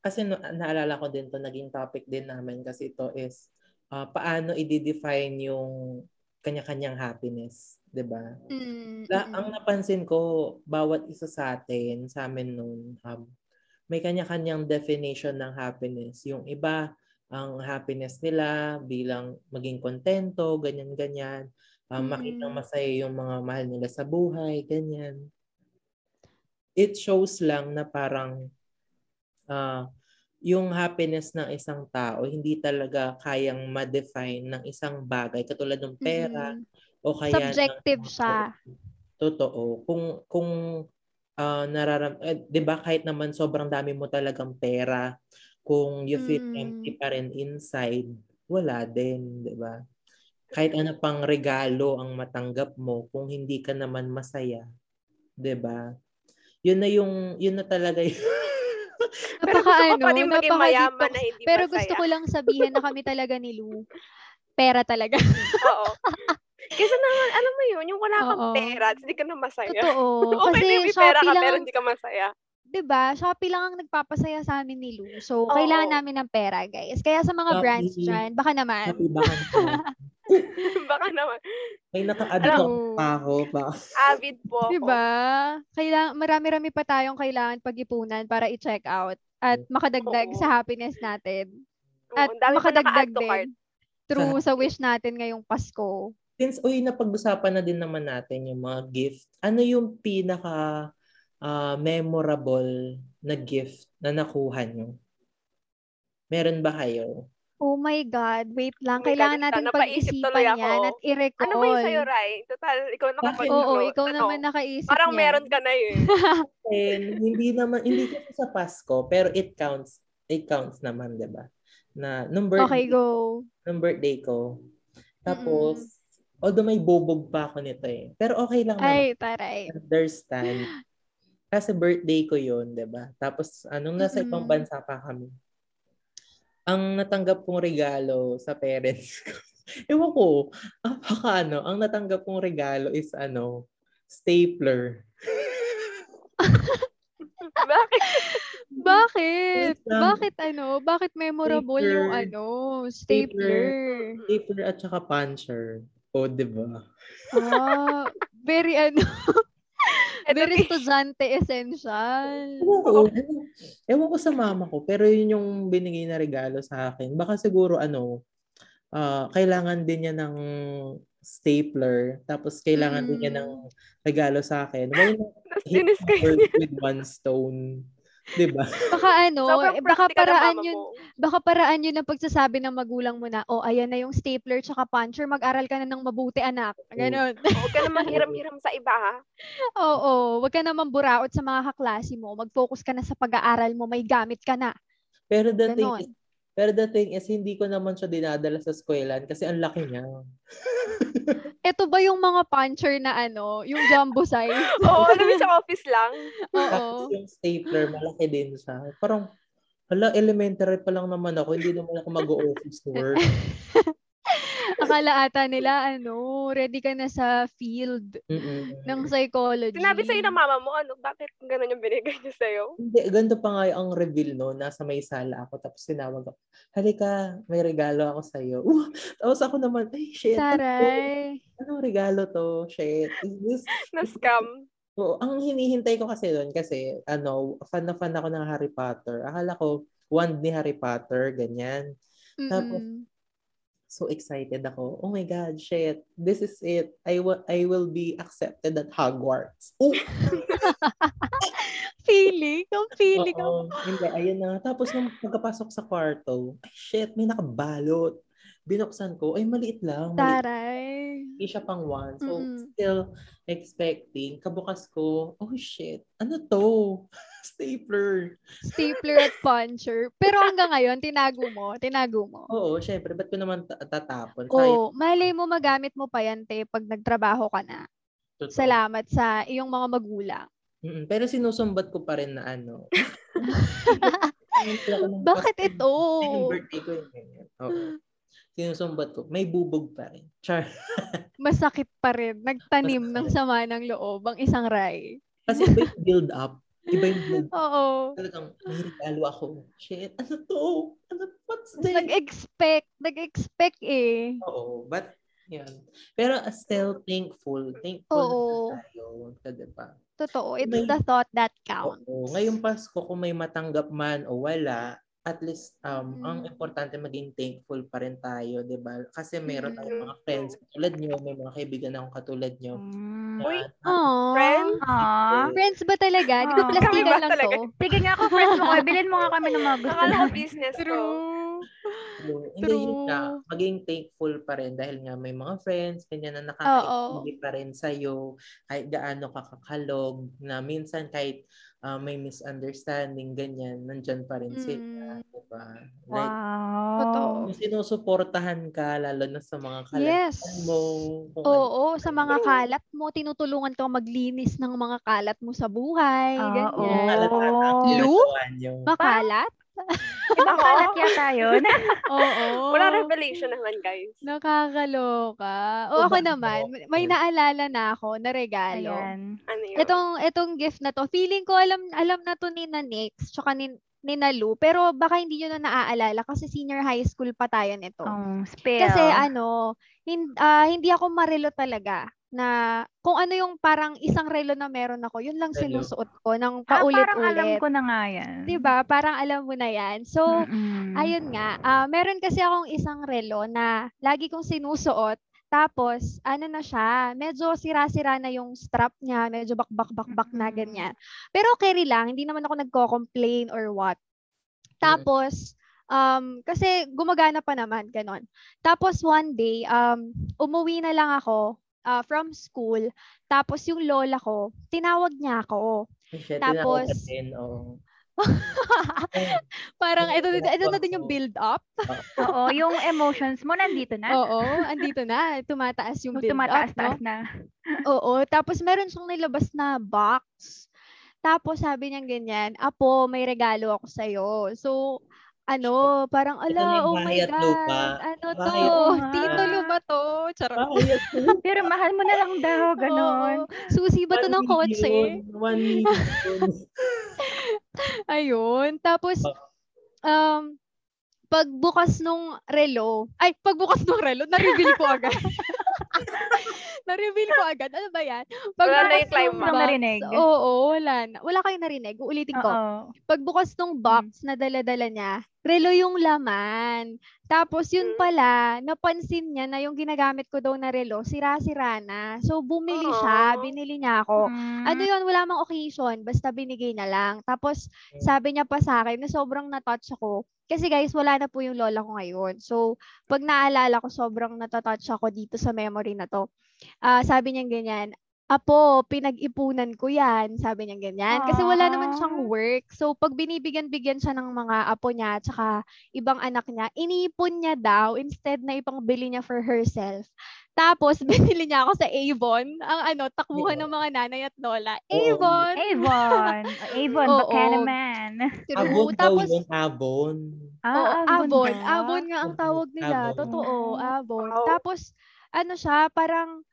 Speaker 2: kasi no- naalala ko din to naging topic din namin kasi ito is ah, paano i-define yung kanya-kanyang happiness, 'di ba?
Speaker 4: Mm.
Speaker 2: La, ang napansin ko bawat isa sa atin, sa amin noon, um, may kanya-kanyang definition ng happiness. Yung iba, ang happiness nila bilang maging kontento, ganyan-ganyan. Um,
Speaker 4: Mm.
Speaker 2: makitang masaya yung mga mahal nila sa buhay, ganyan. It shows lang na parang ah, yung happiness ng isang tao hindi talaga kayang ma-define ng isang bagay katulad ng pera
Speaker 4: Mm.
Speaker 2: o kaya ng-
Speaker 4: Subjective siya.
Speaker 2: Totoo. Kung kung ah, nararam eh, 'di ba kahit naman sobrang dami mo talagang pera, kung you feel
Speaker 4: Mm.
Speaker 2: empty pa rin inside, wala din, 'di ba? Kahit ano pang regalo ang matanggap mo kung hindi ka naman masaya, 'di ba? Yun na yung yun na talaga yung
Speaker 3: Pero gusto ko pa
Speaker 4: Napaka-ano,
Speaker 3: din maging
Speaker 4: napaka-deep
Speaker 3: mayaman na hindi
Speaker 4: ano, Pero
Speaker 3: masaya.
Speaker 4: gusto ko lang sabihin na kami talaga ni Lu. Pera talaga.
Speaker 3: Oo. Kasi naman, alam mo yun, yung wala kang
Speaker 4: Oo.
Speaker 3: pera, at hindi ka na masaya. okay
Speaker 4: Totoo.
Speaker 3: na yung
Speaker 4: Kasi
Speaker 3: may pera
Speaker 4: Shopee
Speaker 3: ka,
Speaker 4: lang,
Speaker 3: pero
Speaker 4: ang-
Speaker 3: hindi ka masaya.
Speaker 4: 'di ba? Shopee lang ang nagpapasaya sa amin ni Lu. So,
Speaker 3: Oo.
Speaker 4: kailangan namin ng pera, guys. Kaya sa mga
Speaker 2: Shopee.
Speaker 4: brands dyan, baka naman.
Speaker 2: napibahan ko.
Speaker 3: Baka naman.
Speaker 2: May
Speaker 4: Alam
Speaker 2: naka-addict
Speaker 4: mo.
Speaker 2: pa ako ba?
Speaker 3: Avid po ako.
Speaker 4: 'Di ba? Kailangan marami-rami pa tayong kailangan pag-ipunan para i-check out at
Speaker 3: Mm. Oo.
Speaker 4: makadagdag sa happiness natin.
Speaker 3: Oo,
Speaker 4: At
Speaker 3: ang dami pa
Speaker 4: makadagdag
Speaker 3: naka-add to cart.
Speaker 4: din through sa wish natin ngayong Pasko.
Speaker 2: since uy napag-usapan na din naman natin yung mga gift, ano yung pinaka ah, memorable na gift na nakuha nyo? Meron ba kayo?
Speaker 4: Oh my God, wait
Speaker 3: Oh my
Speaker 4: lang.
Speaker 3: God,
Speaker 4: Kailangan
Speaker 3: wait lang.
Speaker 4: natin
Speaker 3: Napaisip tuloy
Speaker 4: pag-isipan
Speaker 3: ako.
Speaker 4: yan at i-recall.
Speaker 3: Ano ba yung sa'yo, Rai? Total, ikaw nakakontrol.
Speaker 4: Oo, ikaw
Speaker 3: Ano?
Speaker 4: naman nakaisip
Speaker 3: Parang
Speaker 4: niyan.
Speaker 3: meron ka na yun.
Speaker 2: And hindi naman hindi kasi sa Pasko, pero it counts. It counts naman, 'di ba? Na nung
Speaker 4: Okay,
Speaker 2: birthday,
Speaker 4: go.
Speaker 2: nung birthday ko. Tapos although may bobog pa ako nito eh. Pero okay lang
Speaker 3: Ano?
Speaker 2: naman.
Speaker 4: Ay, taray.
Speaker 2: understand. Kasi birthday ko yun, di ba? Tapos, anong nasa ibang
Speaker 4: Mm-mm.
Speaker 2: bansa pa kami. Ang natanggap kong regalo sa parents ko, ewan ko, ah, baka ano, ang natanggap kong regalo is ano, stapler.
Speaker 3: Bakit?
Speaker 4: Bakit?
Speaker 2: Wait lang.
Speaker 4: Bakit ano? Bakit memorable yung
Speaker 2: Stapler.
Speaker 4: ano? Stapler.
Speaker 2: Paper at saka puncher. O, oh, di ba?
Speaker 4: Ah, very ano,
Speaker 3: Eto,
Speaker 4: very
Speaker 3: tis-
Speaker 4: estudyante essential.
Speaker 2: Ewan ko, ewan- ewan ko sa mama ko, pero yun yung binigay na regalo sa akin. Baka siguro ano, ah, kailangan din niya ng stapler, tapos kailangan din niya
Speaker 4: Mm.
Speaker 2: ng regalo sa akin. Why not
Speaker 3: Tapos
Speaker 2: hit
Speaker 3: dinis
Speaker 2: a
Speaker 3: kayo.
Speaker 2: bird with one stone? Diba?
Speaker 4: Baka ano,
Speaker 3: Sobrang
Speaker 4: eh, baka
Speaker 3: practical ng
Speaker 4: paraan
Speaker 3: mama
Speaker 4: yun,
Speaker 3: mo.
Speaker 4: baka paraan yun ang pagsasabi ng magulang mo na, oh, ayan na yung stapler tsaka puncher, mag-aral ka na ng mabuti anak.
Speaker 2: Oh.
Speaker 4: Ganon.
Speaker 3: Huwag ka naman hiram-hiram sa iba, ha?
Speaker 4: Oo, wag ka naman buraot sa mga kaklase mo. Mag-focus ka na sa pag-aaral mo, may gamit ka na.
Speaker 2: Pero the thing
Speaker 4: Ganon.
Speaker 2: is, pero the thing is, hindi ko naman siya dinadala sa eskwelahan kasi ang laki niya.
Speaker 4: Ito ba yung mga puncher na ano, yung jumbo size?
Speaker 3: Oo, alam mo sa office lang.
Speaker 4: Oo.
Speaker 2: Tapos yung stapler, malaki din siya. Parang, hala, elementary pa lang naman ako. Hindi naman ako mag-office work.
Speaker 4: Akala ata nila, ano, ready ka na sa field
Speaker 2: Mm-mm.
Speaker 4: ng psychology.
Speaker 3: Sinabi sa'yo
Speaker 4: Mm.
Speaker 3: ng mama mo, ano, bakit ganun yung binigay niya sa'yo?
Speaker 2: Hindi, ganito pa nga ang reveal, no? Nasa may sala ako, tapos tinawag ako, halika, may regalo ako sa'yo. Uh, tapos ako naman, ay, shit.
Speaker 4: Saray.
Speaker 2: Ano regalo to? Shit. Is this...
Speaker 3: Na-scam.
Speaker 2: Oo, ang hinihintay ko kasi doon, kasi, ano, fan na fan ako ng Harry Potter. Akala ko, wand ni Harry Potter, ganyan. Tapos,
Speaker 4: Mm-mm.
Speaker 2: So excited ako. Oh my God, shit. This is it. I, wa- I will be accepted at Hogwarts. Oh,
Speaker 4: feeling, ang feeling.
Speaker 2: Oo,
Speaker 4: ang-
Speaker 2: hindi, ayun na. Tapos nung pagkapasok sa kwarto, ay shit, may nakabalot. Binuksan ko, ay maliit lang. Maliit.
Speaker 4: Taray.
Speaker 2: Hindi siya pang one. So,
Speaker 4: Mm-mm.
Speaker 2: still expecting. Kabukas ko, oh shit, ano to? Stapler.
Speaker 4: Stapler at puncher. Pero hanggang ngayon, tinago mo. Tinago mo.
Speaker 2: Oo, syempre, ba't ko naman ta-
Speaker 4: Oh,
Speaker 2: tatapon? Sayang,
Speaker 4: Oo. malay mo, magamit mo pa yan, te, pag nagtrabaho ka na.
Speaker 2: totoo.
Speaker 4: Salamat sa iyong mga magulang.
Speaker 2: Mm-mm, Pero sinusumbat ko pa rin na ano.
Speaker 4: Bakit ito?
Speaker 2: Yung birthday ko yung ganyan. Oo. Sinusumbat ko. May bubog pa rin. Char.
Speaker 4: Masakit pa rin. Nagtanim ng
Speaker 2: Masakit.
Speaker 4: sama ng loob ang isang ray.
Speaker 2: Kasi iba yung build up. Iba yung build up.
Speaker 4: Oo.
Speaker 2: Talagang may regalo ako. Shit, ano to? Ano, what's this?
Speaker 4: Nag-expect. Nag-expect eh.
Speaker 2: Oo, but yan. Pero uh, still thankful. Thankful
Speaker 4: Oo.
Speaker 2: na tayo. Ka, diba?
Speaker 4: Totoo. It's
Speaker 2: May-
Speaker 4: the thought that counts.
Speaker 2: Oo. Ngayong Pasko, kung may matanggap man o wala, at least um
Speaker 4: Mm.
Speaker 2: ang importante maging thankful pa rin tayo, 'di ba? Kasi meron
Speaker 4: Mm.
Speaker 2: tayong mga friends katulad niyo, may mga kaibigan akong katulad niyo.
Speaker 1: Mm.
Speaker 3: Uy,
Speaker 4: Aww.
Speaker 3: Friends?
Speaker 1: Ah.
Speaker 4: Friends ba talaga? Di ba
Speaker 1: Oo.
Speaker 3: Kami ba
Speaker 4: plastikan lang
Speaker 3: talaga?
Speaker 4: to?
Speaker 1: Sige nga ako, friends mo kami. Bilhin mo nga kami ng mga gusto
Speaker 3: Akala ko
Speaker 1: namin.
Speaker 3: business ko.
Speaker 4: True.
Speaker 2: True. Hindi yun
Speaker 4: True.
Speaker 2: nga. Maging thankful pa rin dahil nga may mga friends, kanya na
Speaker 4: Oo.
Speaker 2: nakakaintindi pa rin sa'yo, kahit gaano kakakalog, na minsan kahit ah, may misunderstanding, ganyan, nandyan pa rin sila.
Speaker 4: Mm.
Speaker 2: Diba? Like,
Speaker 1: Wow.
Speaker 4: Totoo.
Speaker 2: kung sinusuportahan ka, lalo na sa mga kalagayan
Speaker 4: Yes.
Speaker 2: mo. kung ano.
Speaker 4: Oo, sa mga
Speaker 3: True.
Speaker 4: kalat mo, tinutulungan ka maglinis ng mga kalat mo sa buhay.
Speaker 1: Ah,
Speaker 2: Yung
Speaker 1: oo.
Speaker 4: ganyan.
Speaker 2: kalat na ginagawa niyo.
Speaker 4: Makalat?
Speaker 1: Ibang
Speaker 3: Ako?
Speaker 1: kalat yata yun.
Speaker 4: Oo.
Speaker 3: Wala revelation naman, guys.
Speaker 4: Nakakaloka. O ako
Speaker 2: Iba-
Speaker 4: naman, may naalala na ako na regalo.
Speaker 1: Ayan.
Speaker 3: Ano yun?
Speaker 4: Itong, itong gift na to, feeling ko alam, alam na to ni Nanix, tsaka ni, ni Nalu, pero baka hindi nyo na naaalala kasi senior high school pa tayo nito.
Speaker 1: Um, spill.
Speaker 4: Kasi ano, hin- ah, hindi ako marelo talaga na kung ano yung parang isang relo na meron ako, yun lang
Speaker 2: Relo.
Speaker 4: sinusuot ko ng
Speaker 1: Ah, parang alam
Speaker 4: paulit-ulit.
Speaker 1: ko na nga yan.
Speaker 4: 'Di ba? Parang alam mo na 'yan. So,
Speaker 1: Mm-mm.
Speaker 4: ayun nga, ah, meron kasi akong isang relo na lagi kong sinusuot. Tapos, ano na siya, medyo sira-sira na yung strap niya, medyo bakbak-bakbak na
Speaker 1: Mm.
Speaker 4: ganyan. Pero carry lang, hindi naman ako nagko-complain or what. Tapos, um, kasi gumagana pa naman, ganon. Tapos one day, um, umuwi na lang ako ah, from school. Tapos yung lola ko, tinawag niya ako.
Speaker 2: Shit,
Speaker 4: Tapos-
Speaker 2: tinawag ka din, oo.
Speaker 4: Parang,
Speaker 2: Ay,
Speaker 4: ito, na- ito na din yung
Speaker 2: wow.
Speaker 4: build-up.
Speaker 1: Oo, yung emotions mo nandito na.
Speaker 4: Oo, andito na. Tumataas yung
Speaker 1: Huwag
Speaker 4: build-up, no?
Speaker 1: tumataas-taas na.
Speaker 4: Oo, tapos meron siyang nilabas na box. Tapos sabi niya ganyan, Apo, may regalo ako sa'yo. So, ano, parang,
Speaker 2: Ito na
Speaker 4: ala,
Speaker 2: yung
Speaker 4: oh my
Speaker 2: bahay at
Speaker 4: God.
Speaker 2: lupa.
Speaker 4: Ano to?
Speaker 2: Bahay at
Speaker 1: lupa.
Speaker 4: Tito lupa to? Charot.
Speaker 2: Ah, yes.
Speaker 1: Pero mahal mo na lang daw, ganon.
Speaker 4: Oo. Susi ba to
Speaker 2: One
Speaker 4: ng kotse?
Speaker 2: million, One million.
Speaker 4: Ayun. Tapos, um, pagbukas nung relo, ay, pagbukas nung relo, na-reveal ko agad. na-reveal ko agad. Ano ba yan?
Speaker 3: Wala na
Speaker 4: Pagbukas
Speaker 3: yung climax.
Speaker 4: nung
Speaker 1: Wala
Speaker 4: box-
Speaker 1: narinig.
Speaker 4: Oo, wala na. Wala kayong narinig. Uulitin ko.
Speaker 1: Oo.
Speaker 4: Pagbukas
Speaker 3: Hmm.
Speaker 4: nung box na dala-dala niya, relo yung laman. Tapos yun
Speaker 3: Mm.
Speaker 4: pala, napansin niya na yung ginagamit ko daw na relo, sira-sira na. So, bumili
Speaker 3: Aw.
Speaker 4: siya. Binili niya ako.
Speaker 1: Mm.
Speaker 4: Ano yun, wala mang occasion, basta binigay na lang. Tapos,
Speaker 2: Mm.
Speaker 4: sabi niya pa sa akin na sobrang na-touch ako. Kasi guys, wala na po yung lola ko ngayon. So, pag naalala ko, sobrang natatouch ako dito sa memory na to. Ah, sabi niya ganyan, Apo, pinag-ipunan ko yan, sabi niya ganyan. Kasi wala naman siyang work. So, pag binibigyan-bigyan siya ng mga apo niya at saka ibang anak niya, inipon niya daw instead na ipangbili niya for herself. Tapos, binili niya ako sa Avon, ang ano, takbuhan ng mga nanay at lola.
Speaker 2: Oo. Eh,
Speaker 4: Avon!
Speaker 1: Avon. Avon,
Speaker 4: Oo.
Speaker 1: baka naman.
Speaker 4: True.
Speaker 2: Abon daw
Speaker 4: Tapos,
Speaker 2: yun, abon.
Speaker 4: Oo,
Speaker 1: Ah,
Speaker 4: abon.
Speaker 1: ba?
Speaker 4: Abon nga ang
Speaker 2: Oo,
Speaker 4: tawag nila.
Speaker 2: abon.
Speaker 4: Totoo, abon.
Speaker 3: Wow.
Speaker 4: Tapos, ano siya, parang,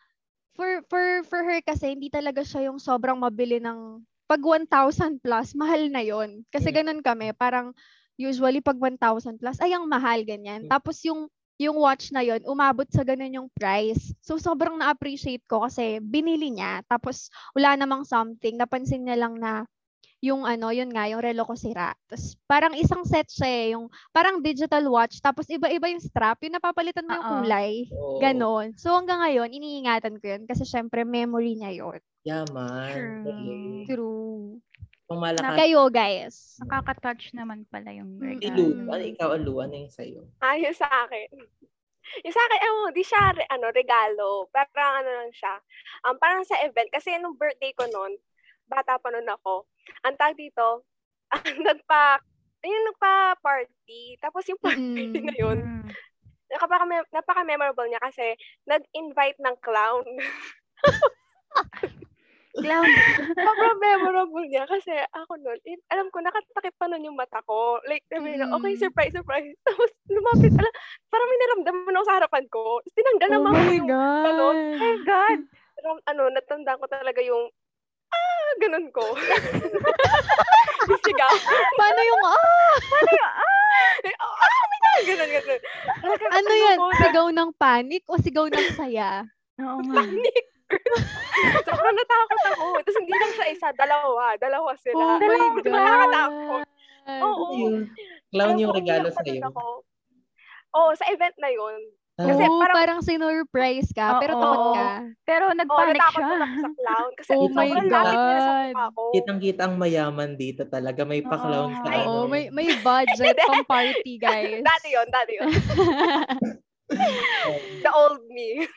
Speaker 4: for, for, for her kasi, hindi talaga siya yung sobrang mabili ng, pag 1,000 plus, mahal na yon Kasi
Speaker 2: Mm.
Speaker 4: ganun kami, parang, usually pag 1,000 plus, ay, ang mahal, ganyan.
Speaker 2: Mm.
Speaker 4: Tapos yung, yung watch na yon umabot sa ganun yung price. So, sobrang na-appreciate ko kasi binili niya. Tapos, wala namang something. Napansin niya lang na yung ano, yun nga, yung relo ko sira. Tapos, parang isang set siya eh, yung parang digital watch, tapos iba-iba yung strap, yung napapalitan mo yung
Speaker 1: Oo.
Speaker 4: kulay.
Speaker 2: Oo.
Speaker 4: Ganon. So, hanggang ngayon, iniingatan ko yun kasi syempre, memory niya yun.
Speaker 2: Yaman.
Speaker 1: True.
Speaker 2: Okay.
Speaker 4: True.
Speaker 2: Pamalakas.
Speaker 4: Kayo, guys.
Speaker 1: Nakaka-touch naman pala yung ah.
Speaker 4: Mm.
Speaker 2: Si
Speaker 1: regalo.
Speaker 2: Lu, ano ikaw, Lu, ano yung sa'yo?
Speaker 3: Ah, yung sa akin. Yung sa akin, ano, di siya, re- ano, regalo. Parang ano lang siya. Um, parang sa event. Kasi nung birthday ko noon, bata pa noon ako. Ang tag dito, nagpa, ayun, nagpa-party. Tapos yung party
Speaker 4: Mm.
Speaker 3: na yun,
Speaker 1: Mm.
Speaker 3: napaka, napaka-memorable niya kasi nag-invite ng clown.
Speaker 1: Clown.
Speaker 3: Sobrang memorable niya kasi ako noon, eh, alam ko, nakatakip pa noon yung mata ko. Like, sabi na,
Speaker 4: Mm.
Speaker 3: okay, surprise, surprise. Tapos lumapit, alam, parang may naramdaman ako sa harapan ko. Tapos Tinanggal naman
Speaker 4: Oh
Speaker 3: ko yung ganon.
Speaker 1: Oh my God.
Speaker 3: ram, ano, natandaan ko talaga yung, ah, ganun ko. Yung Sigaw.
Speaker 4: Paano yung, ah,
Speaker 3: Eh, oh, ah, oh my God! Ganun, ganun. Talagang
Speaker 4: ano yan?
Speaker 3: ko,
Speaker 4: Sigaw ng panic o sigaw ng saya?
Speaker 1: Oo nga.
Speaker 3: nagpanik. Sobrang natakot ako. Tapos hindi lang siya isa, dalawa. Dalawa
Speaker 4: Oh
Speaker 3: sila.
Speaker 4: my
Speaker 3: Diba,
Speaker 4: God.
Speaker 3: nakakatakot? Oo.
Speaker 2: Ano yung clown
Speaker 3: Alam
Speaker 2: yung
Speaker 3: ko,
Speaker 2: regalo
Speaker 3: umiyak pa
Speaker 2: sa'yo? Ah,
Speaker 3: din ako. Oo, sa event na yun. Kasi
Speaker 4: Kasi parang,
Speaker 3: parang-
Speaker 4: sinurprise ka,
Speaker 1: Oo.
Speaker 4: pero takot ka.
Speaker 1: Pero
Speaker 3: Oo,
Speaker 1: nagpanic
Speaker 3: Oh, natakot
Speaker 1: siya.
Speaker 3: na ako sa clown. Kasi
Speaker 4: Oh
Speaker 2: my
Speaker 3: sobrang lapit nila sa
Speaker 4: God.
Speaker 3: mukha ko.
Speaker 2: Kitang-kita ang mayaman dito talaga. May pa-clown
Speaker 1: Oo.
Speaker 2: sa
Speaker 1: Ay,
Speaker 4: Oo,
Speaker 2: ano.
Speaker 4: may, may budget
Speaker 3: Hindi.
Speaker 4: pang party, guys.
Speaker 3: Dati yun, dati yun.
Speaker 2: Oo.
Speaker 3: The old me.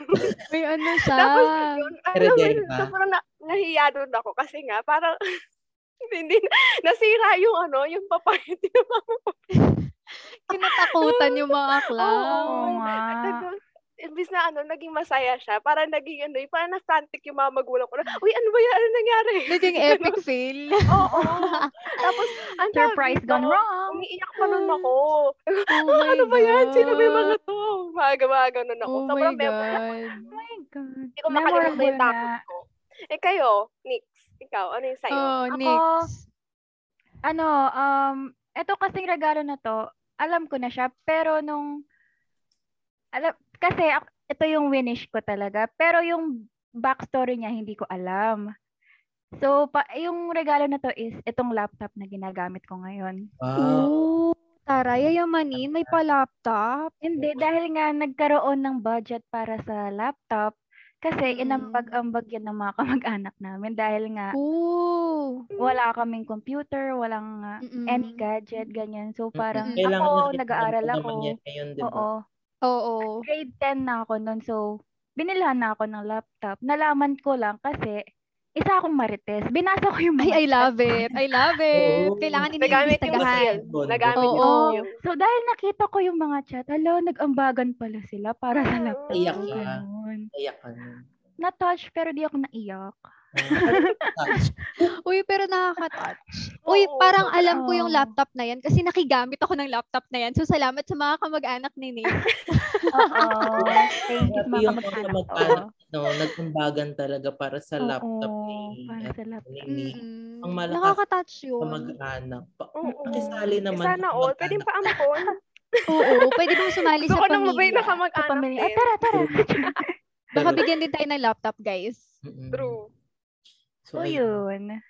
Speaker 4: May ano siya.
Speaker 3: Tapos yun, alam mo yun,
Speaker 2: Heredera.
Speaker 3: sobrang na, nahiya doon ako kasi nga, parang, hindi, hindi- nasira yung ano, yung papayat yung mga
Speaker 4: kinatakutan yung mga clown.
Speaker 1: Oo nga.
Speaker 4: Ah.
Speaker 3: Tapos, Imbis na ano, naging masaya siya, parang naging ano, yung parang na-frantic yung mga magulang ko na, uy, ano ba yan? Ano nangyari?
Speaker 4: Naging epic fail.
Speaker 3: Oo. Tapos, ang tawag
Speaker 1: Surprise
Speaker 3: dito,
Speaker 1: gone wrong.
Speaker 3: Umiiyak pa nun ako.
Speaker 4: Oh my
Speaker 3: ano ba yan? Sino ba yung
Speaker 4: God.
Speaker 3: mga to? Mga ganun ako.
Speaker 4: Oh my
Speaker 3: Sobrang memorable.
Speaker 4: God.
Speaker 1: Oh my God.
Speaker 3: Hindi ko makalimutan
Speaker 1: Memorable
Speaker 3: yung takot
Speaker 1: na.
Speaker 3: ko. Eh kayo, Nix, ikaw, ano yung sa'yo?
Speaker 4: Oh,
Speaker 1: Ako,
Speaker 4: Nix.
Speaker 1: Ano, um, eto kasing regalo na to, alam ko na siya, pero nung, alam, kasi ak- ito yung winish ko talaga, pero yung backstory niya hindi ko alam. So, pa, yung regalo na to is itong laptop na ginagamit ko ngayon.
Speaker 2: Wow.
Speaker 4: Oh, tara, yayamanin. May pa-laptop.
Speaker 1: Hindi, dahil nga nagkaroon ng budget para sa laptop, kasi
Speaker 4: Mm.
Speaker 1: inambag-ambag yan ng mga kamag-anak namin dahil nga
Speaker 4: Oh.
Speaker 3: Hmm.
Speaker 1: wala kaming computer, walang uh,
Speaker 4: Mm-mm.
Speaker 1: any gadget, ganyan. So parang
Speaker 4: Mm-mm.
Speaker 2: Mm. Kailangan
Speaker 1: ako,
Speaker 2: natin
Speaker 1: nag-aaral
Speaker 2: naman
Speaker 1: ako.
Speaker 2: yan ngayon, diba? di ba?
Speaker 1: Oo,
Speaker 4: Oo.
Speaker 1: grade 10 na ako nun. So binilhan na ako ng laptop. Nalaman ko lang kasi isa akong marites. Binasa ko yung
Speaker 4: Ay, I
Speaker 1: mga
Speaker 4: love it. I love it.
Speaker 2: Oo.
Speaker 4: Kailangan
Speaker 3: Nagamit yung
Speaker 4: iniimbestigahan.
Speaker 3: skill. Nagamit
Speaker 4: Oo.
Speaker 3: yung skill.
Speaker 1: So dahil nakita ko yung mga chat, alo, nag-ambagan pala sila para sa laptop.
Speaker 2: Iyak
Speaker 1: So,
Speaker 2: ka.
Speaker 1: ganun.
Speaker 2: Iyak ka nun.
Speaker 1: Na-touch pero di ako naiyak.
Speaker 2: Ah,
Speaker 4: Uy, pero nakaka-touch. Uy, parang alam ko yung
Speaker 1: Oo.
Speaker 4: laptop na yan kasi nakigamit ako ng laptop na yan. So, salamat sa mga kamag-anak ni Nix.
Speaker 1: Oo. Thank you sa
Speaker 2: Grabe
Speaker 1: mga
Speaker 2: yung mga
Speaker 1: kamag-anak.
Speaker 2: kamag-anak. no, nagkumbagan talaga para sa laptop eh,
Speaker 1: Oo,
Speaker 2: ni
Speaker 1: para sa laptop. Mm.
Speaker 2: ni Nick.
Speaker 4: Mm-mm.
Speaker 2: Ang malakas.
Speaker 4: Nakaka-touch yun.
Speaker 2: Kamag-anak. Pa-
Speaker 3: Oo. Eh,
Speaker 2: Pakisali naman.
Speaker 3: Sana all. Pwede pa ampon.
Speaker 4: Oo, pwede bang sumali
Speaker 3: Gusto
Speaker 4: sa
Speaker 3: ko
Speaker 4: pamilya.
Speaker 3: nang mabait na eh.
Speaker 1: Sa
Speaker 3: kamag-anak
Speaker 1: pamilya. Ah,
Speaker 3: din.
Speaker 1: tara, tara.
Speaker 4: Baka bigyan din tayo ng laptop, guys.
Speaker 2: True.
Speaker 3: True.
Speaker 1: So, yun.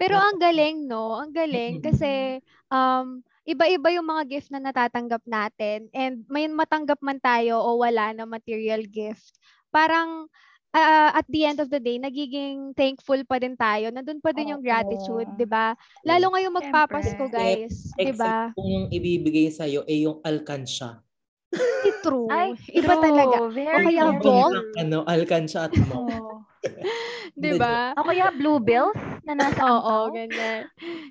Speaker 4: Pero
Speaker 2: Nap-
Speaker 4: ang galing, no? Ang galing
Speaker 2: Mm-mm.
Speaker 4: kasi um, iba-iba yung mga gift na natatanggap natin and may matanggap man tayo o wala na material gift. Parang ah, at the end of the day, nagiging thankful pa din tayo. Nandun pa din yung
Speaker 1: Oo.
Speaker 4: gratitude, 'di ba? Lalo ngayong magpapasko,
Speaker 1: Siyempre.
Speaker 4: guys, 'di ba?
Speaker 2: Except kung yung ibibigay sa'yo ay yung alkansya.
Speaker 4: True.
Speaker 1: Ay,
Speaker 4: iba
Speaker 1: true.
Speaker 4: talaga.
Speaker 1: Very
Speaker 4: O
Speaker 1: true.
Speaker 4: kaya Ang ball?
Speaker 2: Ang Ano, alkansya at mo.
Speaker 1: Oo.
Speaker 4: 'Di ba?
Speaker 1: Ako kaya blue bills na nasa ano,
Speaker 4: Oo,
Speaker 1: angkaw.
Speaker 4: ganyan.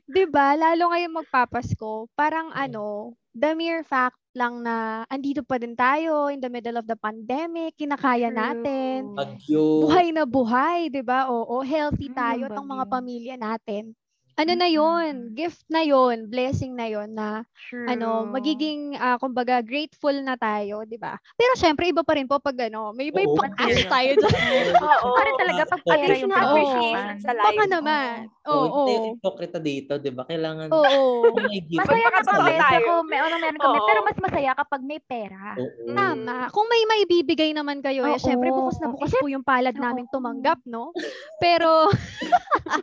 Speaker 4: 'Di ba? Lalo ngayong magpapasko, parang ano, the mere fact lang na andito pa din tayo in the middle of the pandemic, kinakaya
Speaker 3: True.
Speaker 4: natin.
Speaker 2: Bagyo.
Speaker 4: Buhay na buhay, 'di ba? Oo, healthy
Speaker 1: Mm,
Speaker 4: tayo at ang mga
Speaker 1: bagay.
Speaker 4: pamilya natin. Ano
Speaker 1: Mm-mm.
Speaker 4: na 'yon? Gift na 'yon, blessing na 'yon na
Speaker 1: True.
Speaker 4: ano, magiging ah, kumbaga grateful na tayo, 'di ba? Pero syempre iba pa rin po pag ano, may may
Speaker 2: Oo.
Speaker 4: pang-ash tayo dyan.
Speaker 3: Oo.
Speaker 1: Parang Ano talaga pag
Speaker 2: At
Speaker 1: pera
Speaker 2: least
Speaker 1: yung
Speaker 3: na
Speaker 1: pag-uusapan.
Speaker 3: appreciation sa life.
Speaker 4: Baka naman.
Speaker 2: Oo,
Speaker 3: Oh,
Speaker 4: Oo.
Speaker 2: Oh, hindi tayo ipokrita dito, di ba? Kailangan oh
Speaker 4: Oo.
Speaker 2: may gift.
Speaker 1: Masaya na
Speaker 3: Totoo
Speaker 1: kami.
Speaker 3: tayo.
Speaker 1: Ako, may, ano, meron kami.
Speaker 3: Oo.
Speaker 1: Pero mas masaya kapag may pera.
Speaker 2: Oo.
Speaker 4: Tama. Kung may maibibigay naman kayo,
Speaker 1: Mm.
Speaker 4: eh,
Speaker 1: Oo.
Speaker 4: syempre bukas na
Speaker 1: Eh,
Speaker 4: bukas po yung palad
Speaker 1: oo.
Speaker 4: namin tumanggap, no? Pero,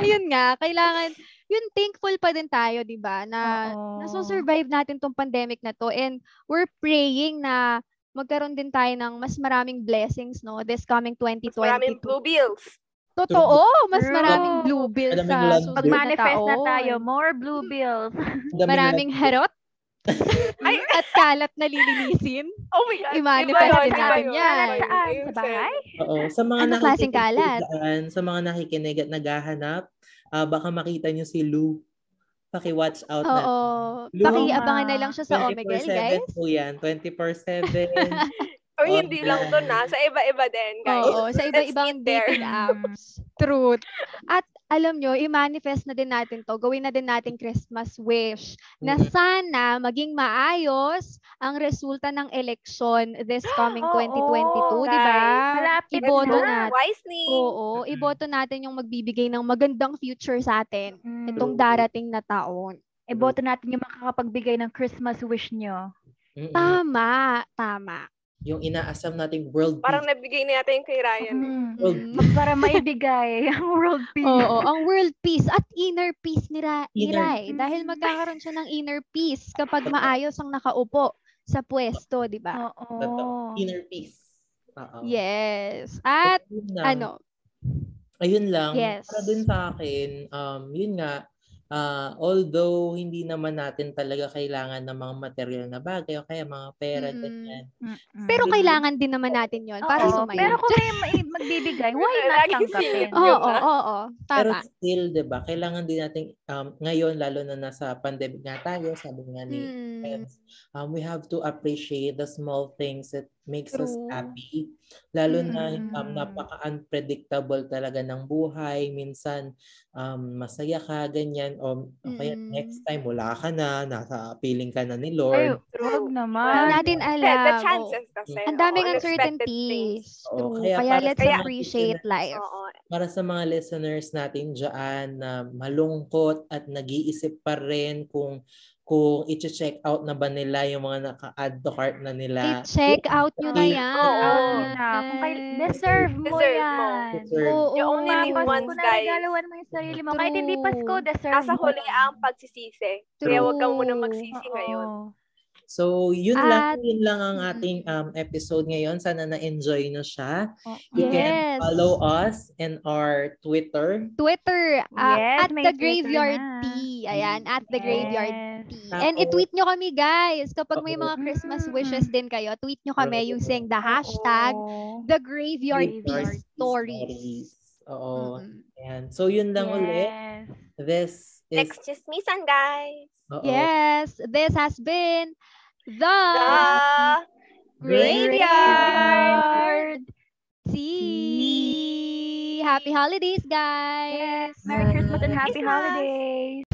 Speaker 4: ayun nga, kailangan, yun, thankful pa din tayo, di ba, na
Speaker 1: Oo.
Speaker 4: nasusurvive natin tong pandemic na to and we're praying na magkaroon din tayo ng mas maraming blessings, no, this coming
Speaker 3: Mas maraming
Speaker 4: 2022.
Speaker 3: blue bills.
Speaker 4: Totoo, mas maraming
Speaker 1: True.
Speaker 4: blue bills ah.
Speaker 2: Maraming land
Speaker 4: sa susunod
Speaker 2: bills.
Speaker 4: na
Speaker 1: Mag-manifest na
Speaker 4: taon.
Speaker 1: tayo. More blue bills.
Speaker 2: Ang daming
Speaker 4: Maraming
Speaker 2: lahat.
Speaker 4: harot
Speaker 3: Ay.
Speaker 4: at kalat na lilinisin.
Speaker 3: Oh my God. Iba
Speaker 4: I-manifest
Speaker 3: yun,
Speaker 4: din
Speaker 3: iba
Speaker 4: natin
Speaker 3: yun,
Speaker 4: yan.
Speaker 3: iba yun.
Speaker 1: Saan?
Speaker 3: Ayun,
Speaker 1: Sa bahay?
Speaker 2: Oo. Sa mga
Speaker 4: Anong klaseng
Speaker 2: nakikinig
Speaker 4: kalat?
Speaker 2: dyan, sa mga nakikinig at naghahanap, ah, baka makita nyo si Lou. Paki-watch out na.
Speaker 4: Oo.
Speaker 2: Luma.
Speaker 4: Pakiabangan na lang siya sa Omegle,
Speaker 2: 24-7
Speaker 4: guys.
Speaker 2: po yan. 24-7.
Speaker 3: O hindi lang doon na. Sa iba-iba din, guys.
Speaker 4: Oo, sa iba-ibang
Speaker 3: Let's get there.
Speaker 4: dating apps. Truth. At alam nyo, i-manifest na din natin to. Gawin na din natin Christmas wish na
Speaker 2: Mm.
Speaker 4: sana maging maayos ang resulta ng election this coming
Speaker 1: Oo,
Speaker 4: 2022, di ba?
Speaker 3: guys.
Speaker 1: Malapit
Speaker 3: Let's
Speaker 4: Iboto
Speaker 3: vote
Speaker 4: na.
Speaker 3: Ah, wisely.
Speaker 4: Oo,
Speaker 2: Mm-mm.
Speaker 4: iboto natin yung magbibigay ng magandang future sa atin
Speaker 1: Mm.
Speaker 4: itong darating na taon.
Speaker 1: Iboto natin yung makakapagbigay ng Christmas wish nyo.
Speaker 2: Mm-mm.
Speaker 4: Tama, tama.
Speaker 2: Yung inaasam nating world
Speaker 3: Parang
Speaker 2: peace.
Speaker 3: nabigay na yata yung kay Ryan.
Speaker 2: World
Speaker 4: Mm.
Speaker 1: Para maibigay ang world peace.
Speaker 4: Oo, ang world peace at inner peace ni, Ra- ni
Speaker 2: Inner
Speaker 4: Rai.
Speaker 1: peace.
Speaker 4: Dahil magkakaroon siya ng inner peace kapag maayos ang nakaupo sa pwesto, di ba?
Speaker 1: Oo.
Speaker 2: Totoo. Inner peace. Oo.
Speaker 4: Yes. At
Speaker 2: Ayun lang.
Speaker 4: ano,
Speaker 2: Ayun lang.
Speaker 4: Yes.
Speaker 2: Para dun sa akin, um, yun nga, ah, although hindi naman natin talaga kailangan ng mga material na bagay o kaya mga pera,
Speaker 4: Mm-mm.
Speaker 2: ganyan.
Speaker 1: Mm-mm.
Speaker 4: pero kailangan din naman natin yon para
Speaker 1: Oo,
Speaker 4: sumaya.
Speaker 1: Mm. Pero kung may, may magbibigay, why not
Speaker 3: Laging
Speaker 1: tanggapin?
Speaker 3: singit.
Speaker 4: Oo,
Speaker 3: yun
Speaker 4: oo,
Speaker 3: na.
Speaker 4: oo.
Speaker 2: Pero
Speaker 4: Tama.
Speaker 2: still, 'di ba? Kailangan din natin um, ngayon lalo na nasa pandemic nga tayo, sabi nga ni
Speaker 4: Mm,
Speaker 2: friends, um, we have to appreciate the small things that makes us
Speaker 4: True. Mm.
Speaker 2: happy. Lalo na um,
Speaker 1: Mm-mm.
Speaker 2: napaka-unpredictable talaga ng buhay. Minsan, um, masaya ka, ganyan. O, o kaya
Speaker 4: Mm-mm.
Speaker 2: next time, wala ka na. Nasa piling ka na ni
Speaker 1: Ay,
Speaker 2: Lord.
Speaker 1: wag
Speaker 4: Hindi
Speaker 1: naman.
Speaker 4: natin
Speaker 3: The,
Speaker 4: alam.
Speaker 3: the
Speaker 4: oo.
Speaker 3: chances kasi.
Speaker 4: Ang daming
Speaker 3: oo, unexpected things.
Speaker 4: uncertainties.
Speaker 2: Oo,
Speaker 4: True.
Speaker 2: kaya
Speaker 4: Kaya
Speaker 2: para
Speaker 4: let's
Speaker 2: sa mga
Speaker 4: appreciate life.
Speaker 3: Oo.
Speaker 2: Para sa mga listeners natin dyan na malungkot at nag-iisip pa rin kung kung i-check out na ba nila yung mga naka-add to cart na nila.
Speaker 4: I-check out nyo na
Speaker 2: I-
Speaker 4: yan.
Speaker 1: Out
Speaker 3: Oo.
Speaker 1: nyo na. Kung kay, deserve mo
Speaker 3: Deserve mo.
Speaker 1: yan.
Speaker 2: Deserve.
Speaker 4: Oo.
Speaker 3: You only
Speaker 1: Tapos
Speaker 3: live
Speaker 1: kung
Speaker 3: once, guys.
Speaker 1: naragalawan mo yung sarili mo, kahit hindi
Speaker 4: True.
Speaker 1: Pasko, deserve
Speaker 3: Nasa
Speaker 1: mo.
Speaker 3: huli ang pagsisisi. Kaya
Speaker 4: True.
Speaker 3: huwag kang muna magsisi
Speaker 1: Oo.
Speaker 3: ngayon.
Speaker 2: So, yun lang,
Speaker 4: At-
Speaker 2: yun lang ang
Speaker 4: Mm-mm.
Speaker 2: ating um, episode ngayon. Sana na-enjoy nyo siya.
Speaker 1: Oo.
Speaker 2: You can
Speaker 4: Yes.
Speaker 2: follow us in our Twitter.
Speaker 4: Twitter ah,
Speaker 1: Yes,
Speaker 4: at
Speaker 1: may
Speaker 4: the
Speaker 1: Twitter
Speaker 4: graveyard
Speaker 1: na.
Speaker 4: tea. Ayan, at the
Speaker 1: Yes.
Speaker 4: graveyard tea. And
Speaker 2: Tapos-
Speaker 4: i-tweet nyo kami guys kapag may
Speaker 2: Oo.
Speaker 4: mga Christmas
Speaker 1: Mm.
Speaker 4: wishes din kayo. Tweet nyo kami
Speaker 2: Oo.
Speaker 4: using the hashtag
Speaker 1: Oo.
Speaker 4: the graveyard
Speaker 2: Twitter
Speaker 4: tea stories.
Speaker 2: Oo.
Speaker 4: Mm-mm.
Speaker 2: Ayan. So, yun lang ulit.
Speaker 1: Yes.
Speaker 2: This is...
Speaker 3: Next chismisan, guys.
Speaker 4: Oh.
Speaker 2: Oo.
Speaker 4: Yes, this has been the
Speaker 3: The
Speaker 4: graveyard
Speaker 1: Graveyard.
Speaker 4: tea. Happy holidays guys.
Speaker 1: Yes. Merry Christmas and
Speaker 2: Merry
Speaker 1: Happy
Speaker 3: Christmas.
Speaker 1: Holidays.